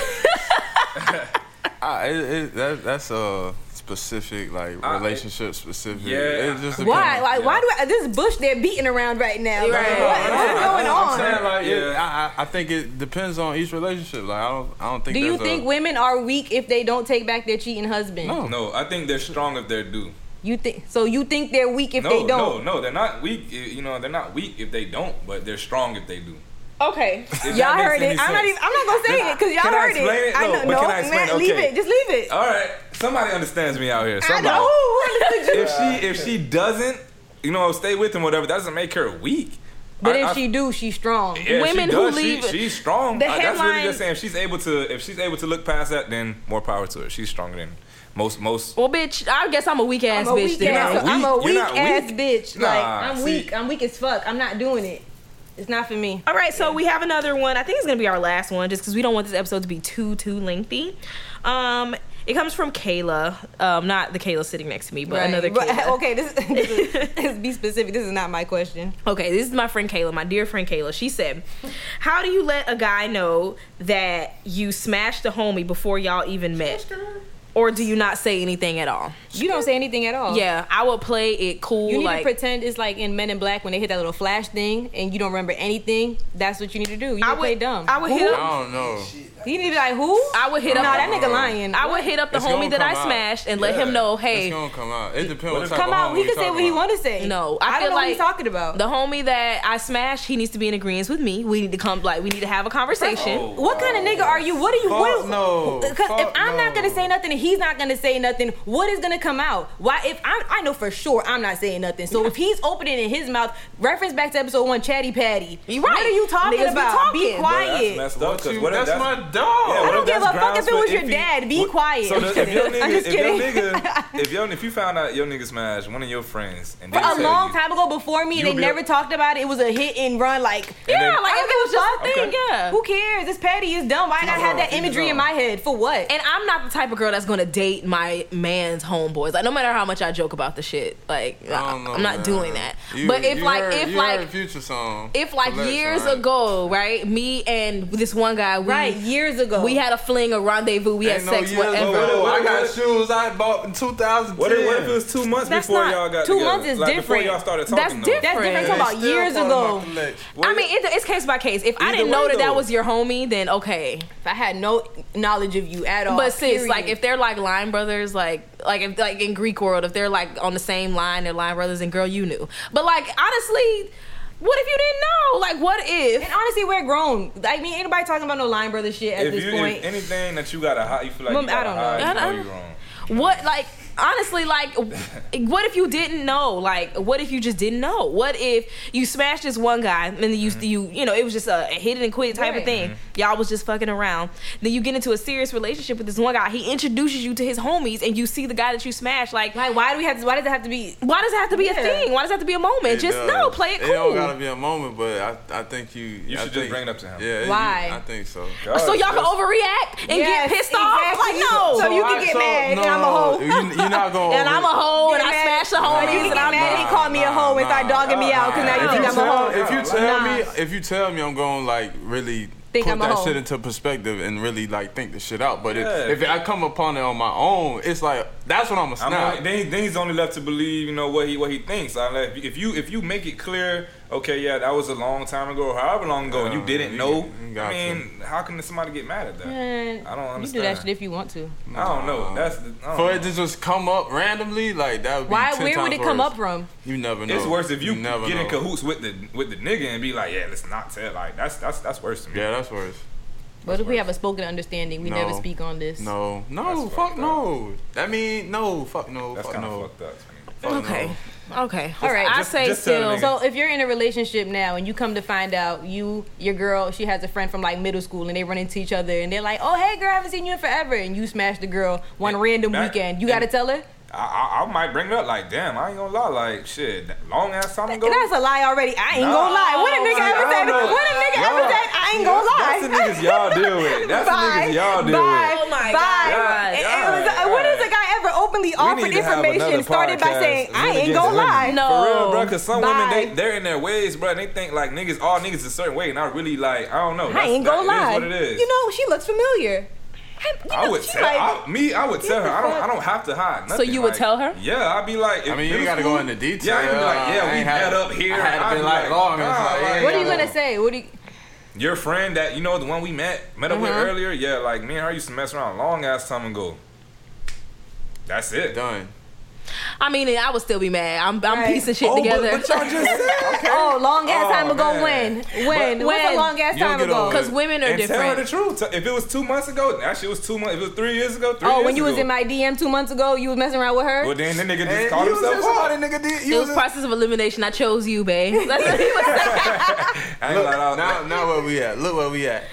Speaker 3: I, it, it, that, that's a specific, like
Speaker 4: I-
Speaker 3: relationship specific.
Speaker 4: Yeah.
Speaker 3: It just
Speaker 1: Why?
Speaker 3: depends.
Speaker 1: Like, why do I, this bush they're beating around right now? Like,
Speaker 2: Right.
Speaker 1: what- what's going
Speaker 3: I'm
Speaker 1: on?
Speaker 3: saying like it-
Speaker 4: Yeah.
Speaker 3: I, I I think it depends on each relationship. Like I don't I don't think.
Speaker 1: Do you
Speaker 3: there's
Speaker 1: think
Speaker 3: a,
Speaker 1: women are weak if they don't take back their cheating husband?
Speaker 3: No.
Speaker 4: no, I think they're strong if they're due.
Speaker 1: You think so? You think they're weak if
Speaker 4: No,
Speaker 1: they
Speaker 4: no,
Speaker 1: don't?
Speaker 4: no, they're not weak. eh, You know, they're not weak if they don't, but they're strong if they do.
Speaker 1: Okay,
Speaker 4: If
Speaker 1: y'all
Speaker 4: that makes
Speaker 1: heard it.
Speaker 4: any
Speaker 1: I'm not
Speaker 4: sense.
Speaker 1: even. I'm not gonna say it because y'all
Speaker 4: Can I
Speaker 1: heard
Speaker 4: explain
Speaker 1: it.
Speaker 4: it?
Speaker 1: I
Speaker 4: No,
Speaker 1: know.
Speaker 4: but
Speaker 1: No,
Speaker 4: can I explain?
Speaker 1: man, leave
Speaker 4: Okay.
Speaker 1: it. Just leave it.
Speaker 4: All right, somebody understands me out here.
Speaker 1: I
Speaker 4: Somebody.
Speaker 1: know. Who understood you?
Speaker 4: If she if she doesn't, you know, stay with him, whatever. That doesn't make her weak.
Speaker 1: But
Speaker 4: I-
Speaker 1: if
Speaker 4: I-
Speaker 1: she do, she's strong.
Speaker 4: yeah, if she
Speaker 2: Women who
Speaker 4: does,
Speaker 2: leave-
Speaker 4: she, she's strong.
Speaker 2: the
Speaker 4: I- that's really
Speaker 2: headline-
Speaker 4: just saying if she's able to if she's able to look past that, then more power to her. She's stronger than most most.
Speaker 2: Well, bitch, I guess I'm a weak ass
Speaker 1: I'm a
Speaker 2: bitch.
Speaker 1: weak
Speaker 2: Then.
Speaker 1: ass.
Speaker 4: You're not
Speaker 1: I'm a
Speaker 4: weak.
Speaker 1: weak
Speaker 4: You're not
Speaker 1: ass
Speaker 4: weak.
Speaker 1: bitch.
Speaker 4: Nah,
Speaker 1: like I'm
Speaker 4: see-
Speaker 1: weak. I'm weak as fuck. I'm not doing it. It's not for me.
Speaker 2: All right, so we have another one. I think it's gonna be our last one, just because we don't want this episode to be too too lengthy. Um, it comes from Kayla, um, not the Kayla sitting next to me, but another
Speaker 1: But-
Speaker 2: Kayla.
Speaker 1: okay, this, this is, let's be specific. This is not my question.
Speaker 2: Okay, this is my friend Kayla, my dear friend Kayla. She said, How do you let a guy know that you smashed the homie before y'all even met? Or do you not say anything at all?
Speaker 1: You don't say anything at all.
Speaker 2: Yeah, I will play it cool.
Speaker 1: Oh. You need
Speaker 2: like,
Speaker 1: to pretend it's like in Men in Black when they hit that little flash thing and you don't remember anything. That's what you need to do. You
Speaker 2: I
Speaker 1: I
Speaker 2: would,
Speaker 1: play dumb.
Speaker 2: I would hit
Speaker 3: I
Speaker 2: up.
Speaker 3: don't know.
Speaker 1: you need to be like, who?
Speaker 2: I would hit
Speaker 1: no,
Speaker 2: up.
Speaker 1: that nigga lying.
Speaker 2: I would hit up the
Speaker 3: It's
Speaker 2: homie
Speaker 3: gonna
Speaker 2: that I
Speaker 3: come out.
Speaker 2: smashed and let
Speaker 3: Yeah.
Speaker 2: him know,
Speaker 3: it's
Speaker 2: hey,
Speaker 3: gonna come out. It depends. What type
Speaker 1: Come
Speaker 3: of
Speaker 1: out.
Speaker 3: home
Speaker 1: He
Speaker 3: we
Speaker 1: can say
Speaker 3: talking
Speaker 1: what he
Speaker 3: about.
Speaker 1: want to say.
Speaker 2: No, I
Speaker 1: I,
Speaker 2: feel
Speaker 1: don't know what
Speaker 2: like
Speaker 1: he's talking about.
Speaker 2: the homie that I smashed, he needs to be in agreement with me. We need to come, like, we need to have a conversation.
Speaker 4: Oh.
Speaker 1: What kind of nigga are you? What are you?
Speaker 3: Fuck
Speaker 1: what,
Speaker 3: no.
Speaker 1: Because if
Speaker 3: Fuck
Speaker 1: I'm not
Speaker 3: no.
Speaker 1: gonna say nothing and he's not gonna say nothing, what is gonna come out? Why? If I, I know for sure I'm not saying nothing. So if he's opening in his mouth, reference back to episode one, Chatty Patty.
Speaker 2: You
Speaker 1: What
Speaker 2: right.
Speaker 1: are you talking
Speaker 2: Niggas be
Speaker 1: about?
Speaker 2: talking.
Speaker 1: Be
Speaker 2: Bro,
Speaker 4: Bro, that's
Speaker 1: quiet.
Speaker 4: messed up,
Speaker 3: What
Speaker 4: 'cause
Speaker 3: you,
Speaker 4: what if
Speaker 3: that's, my dog.
Speaker 4: Yeah,
Speaker 1: I
Speaker 4: what
Speaker 1: don't
Speaker 4: if
Speaker 1: give
Speaker 4: that's
Speaker 1: a fuck if
Speaker 4: grounds
Speaker 1: it was
Speaker 4: for
Speaker 1: your
Speaker 4: iffy-
Speaker 1: dad. Be
Speaker 4: what-
Speaker 1: quiet.
Speaker 4: So
Speaker 1: I'm
Speaker 4: does-
Speaker 1: just
Speaker 4: if your
Speaker 1: kidding. I'm
Speaker 4: nigga,
Speaker 1: just
Speaker 4: if your
Speaker 1: kidding.
Speaker 4: nigga, if your if you found out your nigga smashed one of your friends and
Speaker 1: For
Speaker 4: they
Speaker 1: a
Speaker 4: tell
Speaker 1: long
Speaker 4: you,
Speaker 1: time ago, before me,
Speaker 4: You'll
Speaker 1: they
Speaker 4: be
Speaker 1: never
Speaker 4: a-
Speaker 1: talked about it. It was a hit and run, like
Speaker 4: And
Speaker 2: Yeah,
Speaker 4: then-
Speaker 2: like, if
Speaker 1: I
Speaker 2: it was just a
Speaker 1: don't
Speaker 2: thing,
Speaker 4: Okay.
Speaker 2: yeah.
Speaker 1: who cares? It's petty. It's dumb. Why not have that imagery in my head for what?
Speaker 2: And I'm not the type of girl that's gonna date my man's homeboys. Like no matter how much I joke about the shit, like
Speaker 3: I
Speaker 2: I
Speaker 3: don't know,
Speaker 2: am not
Speaker 3: man.
Speaker 2: doing that.
Speaker 3: You-
Speaker 2: but if
Speaker 3: you
Speaker 2: like
Speaker 3: heard-
Speaker 2: if
Speaker 3: you
Speaker 2: like
Speaker 3: heard Future song,
Speaker 2: if like
Speaker 3: Collection,
Speaker 2: years
Speaker 3: right?
Speaker 2: ago, right, me and this one guy, we,
Speaker 1: Right, years ago.
Speaker 2: we had a fling, a rendezvous, we had
Speaker 3: Ain't no
Speaker 2: sex,
Speaker 3: years
Speaker 2: whatever.
Speaker 3: ago.
Speaker 4: What- what-
Speaker 3: I got
Speaker 4: what-
Speaker 3: shoes I bought in 2010.
Speaker 4: What if, what if it was two months
Speaker 1: That's
Speaker 4: before
Speaker 1: not-
Speaker 4: y'all got
Speaker 1: two
Speaker 4: together?
Speaker 1: months is
Speaker 4: like,
Speaker 1: different.
Speaker 4: Before y'all started
Speaker 2: That's
Speaker 4: talking,
Speaker 2: different.
Speaker 1: That's different.
Speaker 2: Friends.
Speaker 1: Talking about
Speaker 3: It's still
Speaker 1: years
Speaker 3: part of my
Speaker 1: ago.
Speaker 3: collection.
Speaker 4: Though. What
Speaker 2: I
Speaker 4: if-
Speaker 2: mean, it, it's case by case. If I
Speaker 4: Either
Speaker 2: didn't know
Speaker 4: way,
Speaker 2: that that
Speaker 4: though.
Speaker 2: was your homie, then okay.
Speaker 1: If I had no knowledge of you at all.
Speaker 2: But sis,
Speaker 1: period.
Speaker 2: like if they're like line brothers, like like if like in Greek world, if they're like on the same line, they're line brothers, and girl, you knew. But like honestly, what if you didn't know? Like what if?
Speaker 1: and honestly, we're grown. I mean, anybody talking about no line brother shit at
Speaker 4: if
Speaker 1: this
Speaker 4: you
Speaker 1: point?
Speaker 4: if anything that you got to hide, you feel like
Speaker 1: Mom,
Speaker 4: you gotta
Speaker 1: I don't know.
Speaker 4: hide,
Speaker 2: I
Speaker 4: you know
Speaker 2: don't-
Speaker 4: you're wrong.
Speaker 2: What like honestly, like, what if you didn't know? Like, what if you just didn't know? What if you smashed this one guy and then you, you, you know, it was just a hit it and quit it type
Speaker 1: Mm-hmm. Right. Mm-hmm.
Speaker 2: of thing. Y'all was just fucking around. Then you get into a serious relationship with this one guy. He introduces you to his homies, and you see the guy that you smashed. Like,
Speaker 1: Like, why do we have to? Why does it have to be?
Speaker 2: why does it have to be a
Speaker 1: Yeah.
Speaker 2: thing? Why does it have to be a moment? just
Speaker 3: does.
Speaker 2: no, play it
Speaker 3: uh, It don't
Speaker 2: cool.
Speaker 3: gotta be a moment, but I, I think you. You
Speaker 4: should just bring it up to him.
Speaker 3: Yeah. you-
Speaker 1: Why?
Speaker 3: I think so.
Speaker 2: so y'all can
Speaker 4: That's-
Speaker 2: overreact and
Speaker 1: Yes,
Speaker 2: get pissed off.
Speaker 1: exactly.
Speaker 2: Like, no.
Speaker 1: So you
Speaker 3: I-
Speaker 1: can get mad, and I'm a hoe.
Speaker 3: You, are not gonna.
Speaker 2: and I'm a hoe, and I smash the
Speaker 1: Or
Speaker 2: homies,
Speaker 1: you can
Speaker 2: and
Speaker 1: get
Speaker 2: I'm
Speaker 1: mad if he called me a hoe and start dogging me out because now you
Speaker 3: If
Speaker 1: think
Speaker 3: you
Speaker 1: I'm a
Speaker 3: tell,
Speaker 1: hoe.
Speaker 3: if you tell
Speaker 1: Nah.
Speaker 3: me, if you tell me, I'm gonna like really
Speaker 1: Think
Speaker 3: put
Speaker 1: I'm a
Speaker 3: that
Speaker 1: hoe.
Speaker 3: shit into perspective and really like think the shit out. But
Speaker 4: Yeah.
Speaker 3: if, if I come upon it on my own, it's like that's what I'm a
Speaker 4: I'm
Speaker 3: snap.
Speaker 4: only- then, he- then he's only left to believe, you know, what he what he thinks. I like, if you if you make it clear, okay, yeah, that was a long time ago, or however long ago, and you
Speaker 3: Yeah,
Speaker 4: didn't
Speaker 3: you-
Speaker 4: know.
Speaker 3: you got
Speaker 4: I mean, how can somebody get mad at that?
Speaker 1: Man,
Speaker 4: I don't
Speaker 1: You
Speaker 4: understand.
Speaker 1: do that shit if you want to.
Speaker 4: I don't know. That's the, I don't
Speaker 3: For
Speaker 4: know.
Speaker 3: it to just come up randomly, like that would be
Speaker 1: Why?
Speaker 3: 10
Speaker 1: Where would
Speaker 3: times
Speaker 1: it come
Speaker 3: worse.
Speaker 1: up from?
Speaker 3: You never know.
Speaker 4: It's worse if you,
Speaker 3: never
Speaker 4: get in
Speaker 3: know.
Speaker 4: cahoots with the with the nigga and be like, yeah, let's not tell. Like that's that's that's worse to me.
Speaker 3: Yeah, that's worse.
Speaker 1: What if we have a spoken understanding? We
Speaker 3: No.
Speaker 1: never speak on this.
Speaker 3: No, no,
Speaker 4: That's
Speaker 3: fuck
Speaker 4: fucked
Speaker 3: no. I mean, no, fuck no,
Speaker 4: that's
Speaker 3: fuck
Speaker 4: kind of
Speaker 3: no.
Speaker 4: fucked up. To me.
Speaker 3: fuck no.
Speaker 2: Okay. Okay.
Speaker 1: All right.
Speaker 2: I
Speaker 1: Just-
Speaker 2: say
Speaker 4: just tell
Speaker 2: still.
Speaker 4: the
Speaker 2: So,
Speaker 4: nigga.
Speaker 1: So if you're in a relationship now and you come to find out you your girl she has a friend from like middle school and they run into each other and they're like oh hey girl I haven't seen you in forever and you smash the girl one
Speaker 4: Yeah,
Speaker 1: random
Speaker 4: that-
Speaker 1: weekend you got to
Speaker 4: and-
Speaker 1: tell her
Speaker 4: I, I I might bring it up like, damn, I ain't gonna lie, like shit, that long ass time ago.
Speaker 1: that's a lie already I ain't
Speaker 4: Nah.
Speaker 1: gonna lie what a
Speaker 4: See,
Speaker 1: nigga
Speaker 4: I
Speaker 1: ever
Speaker 4: don't
Speaker 1: said
Speaker 4: know.
Speaker 1: what a nigga
Speaker 4: Y'all-
Speaker 1: ever said I ain't gonna lie
Speaker 4: That's, that's the niggas y'all deal with. That's
Speaker 1: Bye.
Speaker 4: the niggas y'all deal
Speaker 1: Bye.
Speaker 4: with.
Speaker 2: Oh my
Speaker 1: Bye.
Speaker 4: God.
Speaker 1: It- it
Speaker 4: God.
Speaker 1: was- uh, When has a guy ever openly offered
Speaker 4: need to have another
Speaker 1: information started by
Speaker 4: podcast
Speaker 1: saying
Speaker 4: to
Speaker 1: I
Speaker 4: really
Speaker 1: ain't
Speaker 4: get
Speaker 1: gonna
Speaker 4: to women.
Speaker 1: lie?
Speaker 2: No.
Speaker 4: For real, bro. Cause some women
Speaker 1: Bye.
Speaker 4: they they're in their ways, bro. And they think like niggas, all niggas a certain way, and I really like, I don't
Speaker 1: I
Speaker 4: know. That's-
Speaker 1: ain't gonna
Speaker 4: that
Speaker 1: lie.
Speaker 4: Is what it is.
Speaker 1: You know she looks familiar. I, you
Speaker 4: I
Speaker 1: know,
Speaker 4: would
Speaker 1: she
Speaker 4: tell
Speaker 1: like-
Speaker 4: I, me. I would tell her. I don't. I
Speaker 1: fuck?
Speaker 4: don't have to hide. Nothing.
Speaker 2: you would
Speaker 4: like-
Speaker 2: tell her?
Speaker 4: Yeah, I'd be like.
Speaker 3: I
Speaker 4: if
Speaker 3: mean, you
Speaker 4: middle
Speaker 3: gotta go
Speaker 4: school-
Speaker 3: into detail.
Speaker 4: Yeah, I can be like,
Speaker 3: I
Speaker 4: yeah, we
Speaker 3: ain't had-
Speaker 4: met up here.
Speaker 3: I had
Speaker 4: I'd
Speaker 3: been like long. It's
Speaker 4: nah,
Speaker 3: like, yeah,
Speaker 1: what are you
Speaker 3: yeah.
Speaker 1: gonna say? What do you?
Speaker 4: Your friend that you know, the one we met met up with
Speaker 1: Uh-huh.
Speaker 4: earlier. Yeah, like me and her used to mess around a long ass time ago. That's it.
Speaker 3: Done.
Speaker 2: I mean, I would still be mad. I'm, I'm
Speaker 1: Right.
Speaker 2: piecing shit
Speaker 4: Oh, but-
Speaker 2: together.
Speaker 4: but y'all just said. Okay.
Speaker 1: Oh, long ass
Speaker 4: Oh,
Speaker 1: time ago.
Speaker 4: man.
Speaker 1: When? When?
Speaker 2: But-
Speaker 1: When's
Speaker 2: When?
Speaker 1: a long ass
Speaker 3: You
Speaker 1: time
Speaker 3: get
Speaker 1: ago?
Speaker 3: old.
Speaker 2: Because women are
Speaker 4: And tell her the
Speaker 2: different.
Speaker 4: truth. If it was two months ago, that shit was two months. If it was three years ago, three
Speaker 1: Oh,
Speaker 4: years
Speaker 1: when you was
Speaker 4: ago.
Speaker 1: in my DM two months ago, you was messing around with her.
Speaker 4: Well, then the nigga
Speaker 3: Hey,
Speaker 4: just called
Speaker 3: you was
Speaker 4: himself
Speaker 3: just
Speaker 4: out.
Speaker 3: somebody, nigga, did- you
Speaker 2: It
Speaker 3: was
Speaker 2: was
Speaker 3: just-
Speaker 2: process of elimination. I chose you, babe. That's what he was saying.
Speaker 4: I ain't
Speaker 3: Look,
Speaker 4: gonna lie,
Speaker 3: now, now where we at? Look where we at.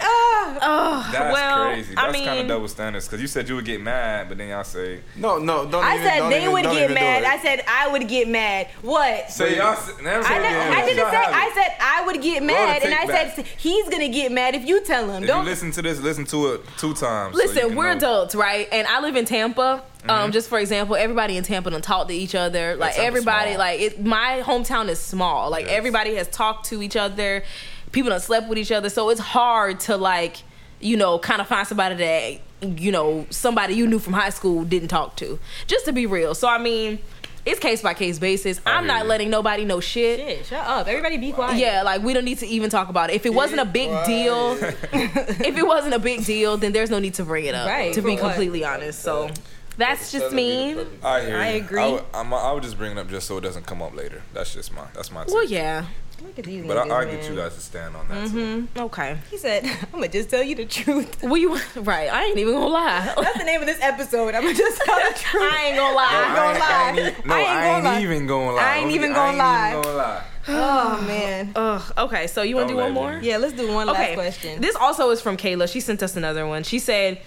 Speaker 2: Oh,
Speaker 4: That's
Speaker 2: well,
Speaker 4: crazy.
Speaker 2: I
Speaker 4: That's kind
Speaker 2: mean-
Speaker 4: of double standards. Because you said you would get mad, but then y'all say.
Speaker 3: No, no, don't.
Speaker 1: I
Speaker 3: even,
Speaker 1: said
Speaker 3: don't
Speaker 1: they
Speaker 3: even,
Speaker 1: would
Speaker 3: don't
Speaker 1: get
Speaker 3: even do
Speaker 1: mad.
Speaker 3: it.
Speaker 1: I said I would get mad. What?
Speaker 4: So y'all. s- Never
Speaker 1: I, didn't- I didn't say. I said I would get mad, and I
Speaker 4: tape back.
Speaker 1: said he's gonna get mad if you tell him.
Speaker 4: If you
Speaker 1: Don't.
Speaker 4: listen to this, listen to it two times. so you
Speaker 2: Listen,
Speaker 4: can
Speaker 2: we're
Speaker 4: know. Mm-hmm.
Speaker 2: adults, right? And I live in Tampa. Um, just for example, everybody in Tampa done talk to each other. Like
Speaker 4: Tampa's
Speaker 2: everybody,
Speaker 4: small.
Speaker 2: like it, my hometown is small. Like
Speaker 4: Yes.
Speaker 2: everybody has talked to each other. People done slept with each other, so it's hard to like, you know, kind of find somebody that you know somebody you knew from high school didn't talk to. Just to be real, so I mean, it's case by case basis. I'm
Speaker 4: hear
Speaker 2: not
Speaker 4: you.
Speaker 2: letting nobody know shit.
Speaker 1: Shit, shut up. Everybody be quiet.
Speaker 2: Yeah, like we don't need to even talk about it. If it wasn't a big
Speaker 3: Right.
Speaker 2: deal, if it wasn't a big deal, then there's no need to bring it up.
Speaker 1: Right.
Speaker 2: To be
Speaker 1: For what?
Speaker 2: completely honest, so that's just me.
Speaker 4: I, hear
Speaker 1: I
Speaker 4: you.
Speaker 1: agree.
Speaker 4: I would, I'm, I would just bring it up just so it doesn't come up later. That's just my. That's my.
Speaker 2: Well,
Speaker 4: take.
Speaker 2: yeah.
Speaker 1: Look at these
Speaker 4: But
Speaker 1: niggas,
Speaker 4: I, I get
Speaker 1: man.
Speaker 4: you guys to stand on that.
Speaker 1: Mm-hmm.
Speaker 4: Too.
Speaker 2: Okay.
Speaker 1: He said, "I'm gonna just tell you the truth."
Speaker 2: We right. I ain't even gonna lie.
Speaker 1: That's the name of this episode. I'm gonna just tell the truth.
Speaker 2: I ain't gonna lie.
Speaker 1: gonna
Speaker 4: I ain't- I
Speaker 1: lie.
Speaker 4: ain't e- no,
Speaker 1: I ain't
Speaker 4: I
Speaker 1: gonna
Speaker 4: ain't
Speaker 1: lie.
Speaker 4: even gonna lie.
Speaker 1: I ain't
Speaker 4: Don't
Speaker 1: even
Speaker 4: get-
Speaker 1: gonna
Speaker 4: I ain't
Speaker 1: lie.
Speaker 4: even gonna lie.
Speaker 1: oh man.
Speaker 2: Ugh. Okay. So you want to
Speaker 4: Don't
Speaker 2: do one
Speaker 4: let
Speaker 2: more?
Speaker 4: me.
Speaker 1: Yeah, let's do one last
Speaker 2: Okay.
Speaker 1: question.
Speaker 2: This also is from Kayla. She sent us another one. She said,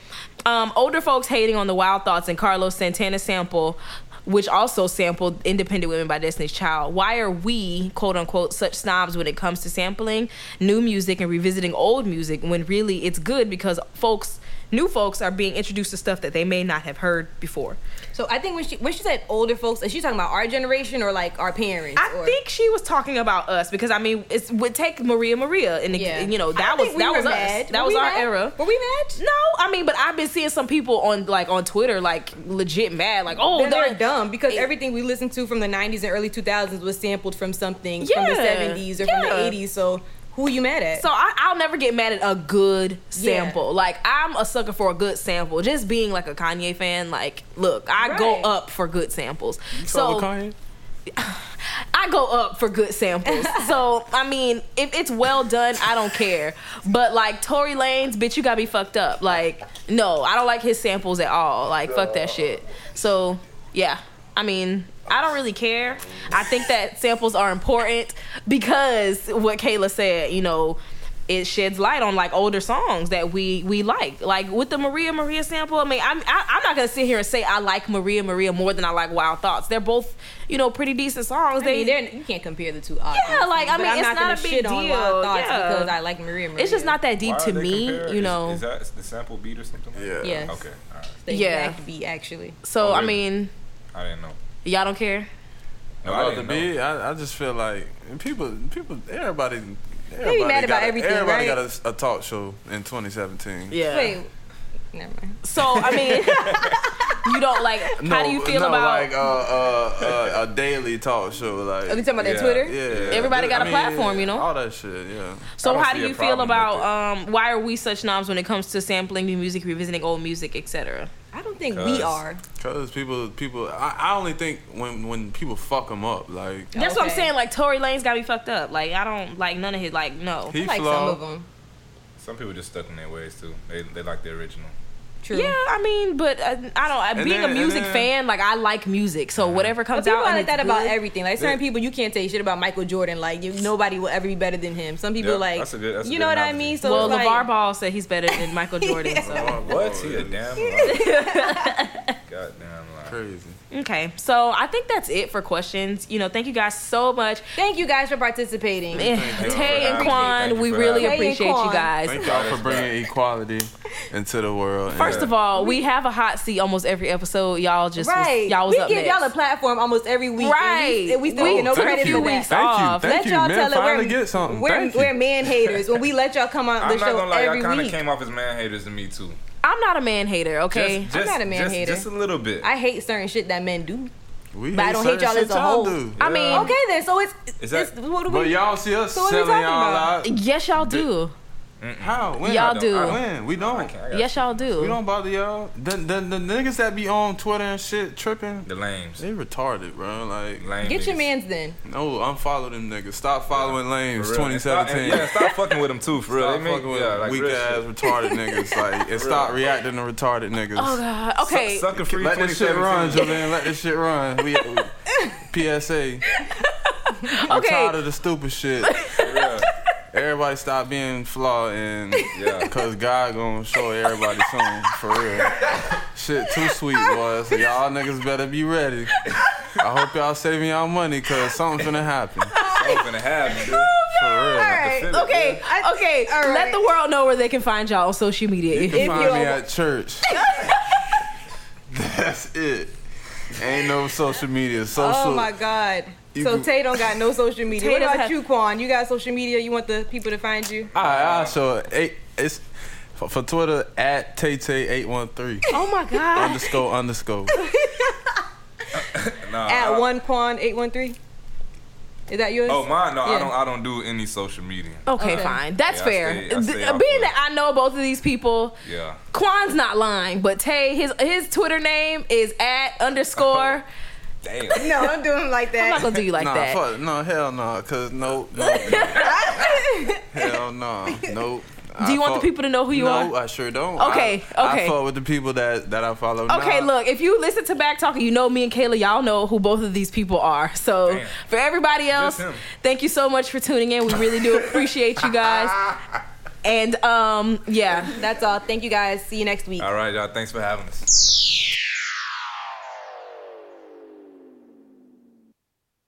Speaker 2: um, "Older folks hating on the Wild Thoughts and Carlos Santana sample." Which also sampled Independent Women by Destiny's Child. Why are we, quote unquote, such snobs when it comes to sampling new music and revisiting old music when really it's good because folks, new folks, are being introduced to stuff that they may not have heard before?
Speaker 1: so I think when she when she said older folks, is she talking about our generation or like our parents?
Speaker 2: I
Speaker 1: or-
Speaker 2: think she was talking about us because I mean, it would take Maria Maria, and
Speaker 1: Yeah.
Speaker 2: you know
Speaker 1: I
Speaker 2: that
Speaker 1: don't
Speaker 2: was
Speaker 1: think we
Speaker 2: that
Speaker 1: were
Speaker 2: was
Speaker 1: mad.
Speaker 2: us. That
Speaker 1: Were
Speaker 2: was
Speaker 1: we
Speaker 2: our
Speaker 1: mad?
Speaker 2: era.
Speaker 1: Were we mad?
Speaker 2: No, I mean, but I've been seeing some people on like on Twitter, like legit mad, like oh,
Speaker 1: Then
Speaker 2: they're-
Speaker 1: they're dumb because
Speaker 2: It-
Speaker 1: everything we listened to from the 90s and early 2000s was sampled from something from the
Speaker 2: Yeah.
Speaker 1: 70s or from
Speaker 2: Yeah.
Speaker 1: the 80s. So who you mad at?
Speaker 2: So I, I'll never get mad at a good sample.
Speaker 1: Yeah.
Speaker 2: Like I'm a sucker for a good sample. Just being like a Kanye fan, like look, I go
Speaker 1: Right.
Speaker 2: up for good samples.
Speaker 3: So,
Speaker 2: So I go up for good samples. so I mean, if it's well done, I don't care. But like Tory Lanez, bitch, you gotta be fucked up. Like, no, I don't like his samples at all. Like, fuck that shit. So Yeah. I mean, I don't really care. I think that samples are important because what Kayla said, you know, it sheds light on like older songs that we we like. Like with the Maria Maria sample, I mean, I'm I, I'm not gonna sit here and say I like Maria Maria more than I like Wild Thoughts. They're both, you know, pretty decent songs.
Speaker 1: I mean,
Speaker 2: they
Speaker 1: they're- you can't compare the two.
Speaker 2: Yeah, like, I mean,
Speaker 1: am
Speaker 2: it's
Speaker 1: not,
Speaker 2: not
Speaker 1: gonna
Speaker 2: a big
Speaker 1: shit on Wild
Speaker 2: deal.
Speaker 1: Thoughts
Speaker 2: Yeah.
Speaker 1: because I like Maria. Maria.
Speaker 2: it's just not that deep
Speaker 4: Why are
Speaker 2: to
Speaker 4: they
Speaker 2: me,
Speaker 4: compared?
Speaker 2: you
Speaker 4: Is-
Speaker 2: know.
Speaker 4: Is, that the sample beat or something? like
Speaker 3: Yeah.
Speaker 4: that?
Speaker 1: Yeah.
Speaker 4: Okay. All right.
Speaker 1: the
Speaker 2: Yeah.
Speaker 1: exact beat actually.
Speaker 2: so
Speaker 4: Oh,
Speaker 2: I
Speaker 4: really?
Speaker 2: mean,
Speaker 4: I didn't know.
Speaker 2: y'all don't care.
Speaker 4: No, I
Speaker 3: About the
Speaker 4: didn't know.
Speaker 3: beat, I, I just feel like and people, people, everybody, everybody
Speaker 1: mad about
Speaker 3: got a-
Speaker 1: everything,
Speaker 3: Everybody
Speaker 1: right?
Speaker 3: got a, a talk show in 2017.
Speaker 2: Yeah.
Speaker 1: Wait, never mind.
Speaker 2: So I mean, you don't like. how do you
Speaker 3: but-
Speaker 2: feel
Speaker 3: no,
Speaker 2: about?
Speaker 3: like uh, uh, uh, a daily talk show? Like
Speaker 1: Are we talking about
Speaker 4: Yeah.
Speaker 1: that Twitter?
Speaker 3: yeah,
Speaker 2: Everybody got a platform, you know?
Speaker 3: all that shit. Yeah,
Speaker 2: So
Speaker 4: I don't
Speaker 2: how do
Speaker 4: see a
Speaker 2: you feel
Speaker 4: problem
Speaker 2: about
Speaker 4: with
Speaker 2: um, why are we such knobs when it comes to sampling new music, revisiting old music, etc.?
Speaker 1: I don't think
Speaker 4: Cuz-
Speaker 1: we are.
Speaker 3: because people, people, I, I only think when when people fuck them up, like
Speaker 2: That's what I'm
Speaker 1: Okay.
Speaker 2: saying. Like Tory Lane's got me fucked up. Like I don't like none of his. Like no.
Speaker 3: he
Speaker 1: I like some
Speaker 3: flaw.
Speaker 1: of them.
Speaker 4: Some people just stuck in their ways too. They they like the original.
Speaker 1: True.
Speaker 2: Yeah, I mean, but uh, I don't. Uh,
Speaker 3: And
Speaker 2: being a
Speaker 3: then- and
Speaker 2: music
Speaker 3: then-
Speaker 2: fan, like I like music, so whatever
Speaker 1: But
Speaker 2: comes
Speaker 1: people
Speaker 2: out.
Speaker 1: are
Speaker 2: and
Speaker 1: like that
Speaker 2: it's
Speaker 1: about
Speaker 2: good-
Speaker 1: everything. Like certain
Speaker 3: Yeah.
Speaker 1: people, you can't say shit about Michael Jordan. Like you, nobody will ever be better than him. Some people
Speaker 4: Yeah,
Speaker 1: like,
Speaker 4: that's a good- that's a
Speaker 1: you
Speaker 4: good
Speaker 1: know what I
Speaker 4: analogy.
Speaker 1: mean? So
Speaker 2: Well,
Speaker 1: it's like,
Speaker 2: LeVar Ball said he's better than Michael Jordan. so.
Speaker 4: What? He a damn liar. Goddamn liar.
Speaker 3: Crazy.
Speaker 2: Okay, so I think that's it for questions. You know, thank you guys so much.
Speaker 1: Thank you guys for participating.
Speaker 2: Eh, Tay
Speaker 3: you.
Speaker 2: and
Speaker 4: Thank you. Thank
Speaker 2: Quan,
Speaker 4: you
Speaker 2: we
Speaker 4: for
Speaker 2: really
Speaker 4: having
Speaker 1: me.
Speaker 2: appreciate
Speaker 1: Tay and
Speaker 2: you
Speaker 1: Quan.
Speaker 2: guys.
Speaker 3: Thank y'all for bringing equality into the world.
Speaker 2: First
Speaker 3: And-
Speaker 2: of all, we have a hot seat almost every episode. Y'all just was-
Speaker 1: right?
Speaker 2: y'all was
Speaker 1: we
Speaker 2: up
Speaker 1: give
Speaker 2: next.
Speaker 1: y'all a platform almost every week.
Speaker 2: Right.
Speaker 1: And we, and we still
Speaker 4: Oh,
Speaker 2: We
Speaker 1: get no
Speaker 2: took a
Speaker 1: credit
Speaker 2: few
Speaker 1: for
Speaker 2: weeks
Speaker 1: that.
Speaker 3: Thank you,
Speaker 2: off.
Speaker 3: thank
Speaker 1: let
Speaker 3: you,
Speaker 1: y'all
Speaker 3: man.
Speaker 1: tell it
Speaker 3: Finally
Speaker 1: we're,
Speaker 3: get something.
Speaker 1: we're,
Speaker 3: Thank you.
Speaker 1: we're man haters when we let y'all come on
Speaker 4: I'm
Speaker 1: the
Speaker 4: not
Speaker 1: show
Speaker 4: gonna lie, I
Speaker 1: every
Speaker 4: kind of
Speaker 1: week.
Speaker 4: came off as man haters to me too.
Speaker 2: I'm not a man hater, okay?
Speaker 4: Just, just,
Speaker 1: not a man
Speaker 4: just,
Speaker 1: hater.
Speaker 4: Just a little bit.
Speaker 1: I hate certain shit that men do.
Speaker 3: we
Speaker 1: but I
Speaker 3: hate
Speaker 1: don't hate
Speaker 3: certain
Speaker 1: y'all as
Speaker 3: shit
Speaker 1: a
Speaker 3: y'all
Speaker 1: whole.
Speaker 3: do.
Speaker 2: I mean-
Speaker 1: Okay, then. So it's,
Speaker 4: Uh, Is that-
Speaker 1: it's what do we?
Speaker 3: But y'all see us
Speaker 1: So what are we
Speaker 3: selling
Speaker 1: talking
Speaker 3: y'all out.
Speaker 2: yes, y'all do.
Speaker 3: How? When?
Speaker 2: Y'all
Speaker 4: I
Speaker 2: do.
Speaker 4: don't- I don't-
Speaker 3: When? We
Speaker 4: I
Speaker 3: don't.
Speaker 4: can't- I got
Speaker 2: Yes, y'all
Speaker 3: We
Speaker 2: do.
Speaker 3: don't bother y'all. The, the, the niggas that be on Twitter and shit tripping,
Speaker 4: The lames.
Speaker 3: they retarded, bro. Like,
Speaker 4: Lame
Speaker 1: Get your
Speaker 4: niggas.
Speaker 1: man's then.
Speaker 3: no, unfollow them niggas. Stop following
Speaker 4: For
Speaker 3: lames.
Speaker 4: real.
Speaker 3: Twenty
Speaker 4: And stop-
Speaker 3: seventeen.
Speaker 4: and- Yeah, stop fucking with them too, for real.
Speaker 3: Stop
Speaker 4: They make-
Speaker 3: fucking with
Speaker 4: yeah, like
Speaker 3: weak
Speaker 4: real
Speaker 3: ass
Speaker 4: shit.
Speaker 3: retarded niggas. Like, and stop reacting to retarded niggas.
Speaker 2: Oh god. Okay.
Speaker 4: Sucker free.
Speaker 3: Let this shit
Speaker 4: 2017.
Speaker 3: run, Julian. Let this shit run. We, we- PSA. I'm tired
Speaker 2: okay.
Speaker 3: of the stupid shit.
Speaker 4: For real.
Speaker 3: Everybody stop being flawed and
Speaker 4: Yeah.
Speaker 3: cause God gonna show everybody something for real. Shit too sweet, boy. So y'all niggas better be ready. I hope y'all saving y'all money cause something finna happen.
Speaker 4: Open to have, dude.
Speaker 3: For real.
Speaker 1: Alright,
Speaker 4: Feel it,
Speaker 2: Okay.
Speaker 4: yeah.
Speaker 2: Okay.
Speaker 1: all right.
Speaker 2: Let the world know where they can find y'all on social media.
Speaker 3: You
Speaker 2: If-
Speaker 3: can
Speaker 1: If
Speaker 3: find
Speaker 1: you-
Speaker 3: me at church. That's it. Ain't no social media. Social
Speaker 1: Oh my god.
Speaker 3: You
Speaker 1: so
Speaker 3: can-
Speaker 1: Tay don't got no social media.
Speaker 2: Tay
Speaker 1: what
Speaker 2: doesn't
Speaker 1: about
Speaker 2: have-
Speaker 1: you, Quan? You got social media? You want the people to find you?
Speaker 3: Alright, alright, so eight, it's for, for Twitter at Tay813
Speaker 2: oh my god.
Speaker 3: underscore underscore.
Speaker 4: Nah,
Speaker 1: At
Speaker 4: I-
Speaker 1: one Quan eight one three. Is that yours?
Speaker 4: Uh, Oh mine? No,
Speaker 1: Yeah. Oh.
Speaker 4: I don't. I don't do any social media.
Speaker 2: Okay,
Speaker 1: Okay.
Speaker 2: fine. That's
Speaker 4: Yeah, I
Speaker 2: fair.
Speaker 4: stay- I stay
Speaker 2: Th- uh,
Speaker 4: off
Speaker 2: Being
Speaker 4: of it.
Speaker 2: that I know both of these people,
Speaker 4: Yeah.
Speaker 2: Quan's not lying, but Tay, his his Twitter name is at underscore.
Speaker 4: Damn.
Speaker 1: No, don't do him like
Speaker 2: I'm not
Speaker 1: that.
Speaker 2: gonna do you like
Speaker 3: nah,
Speaker 2: that.
Speaker 3: fuck, no, hell no, cause no, no, hell no, no.
Speaker 2: Do you want the people to know who you are?
Speaker 3: No, I sure don't.
Speaker 2: Okay,
Speaker 3: I,
Speaker 2: okay.
Speaker 3: I fuck with the people that that I follow.
Speaker 2: Okay,
Speaker 3: now.
Speaker 2: look, if you listen to Back Talking, you know me and Kayla, y'all know who both of these people are. So
Speaker 4: Damn.
Speaker 2: for everybody else,
Speaker 4: him.
Speaker 2: thank you so much for tuning in. We really do appreciate you guys. And um, yeah.
Speaker 1: That's all. Thank you guys. See you next week.
Speaker 4: All right, y'all. Thanks for having us.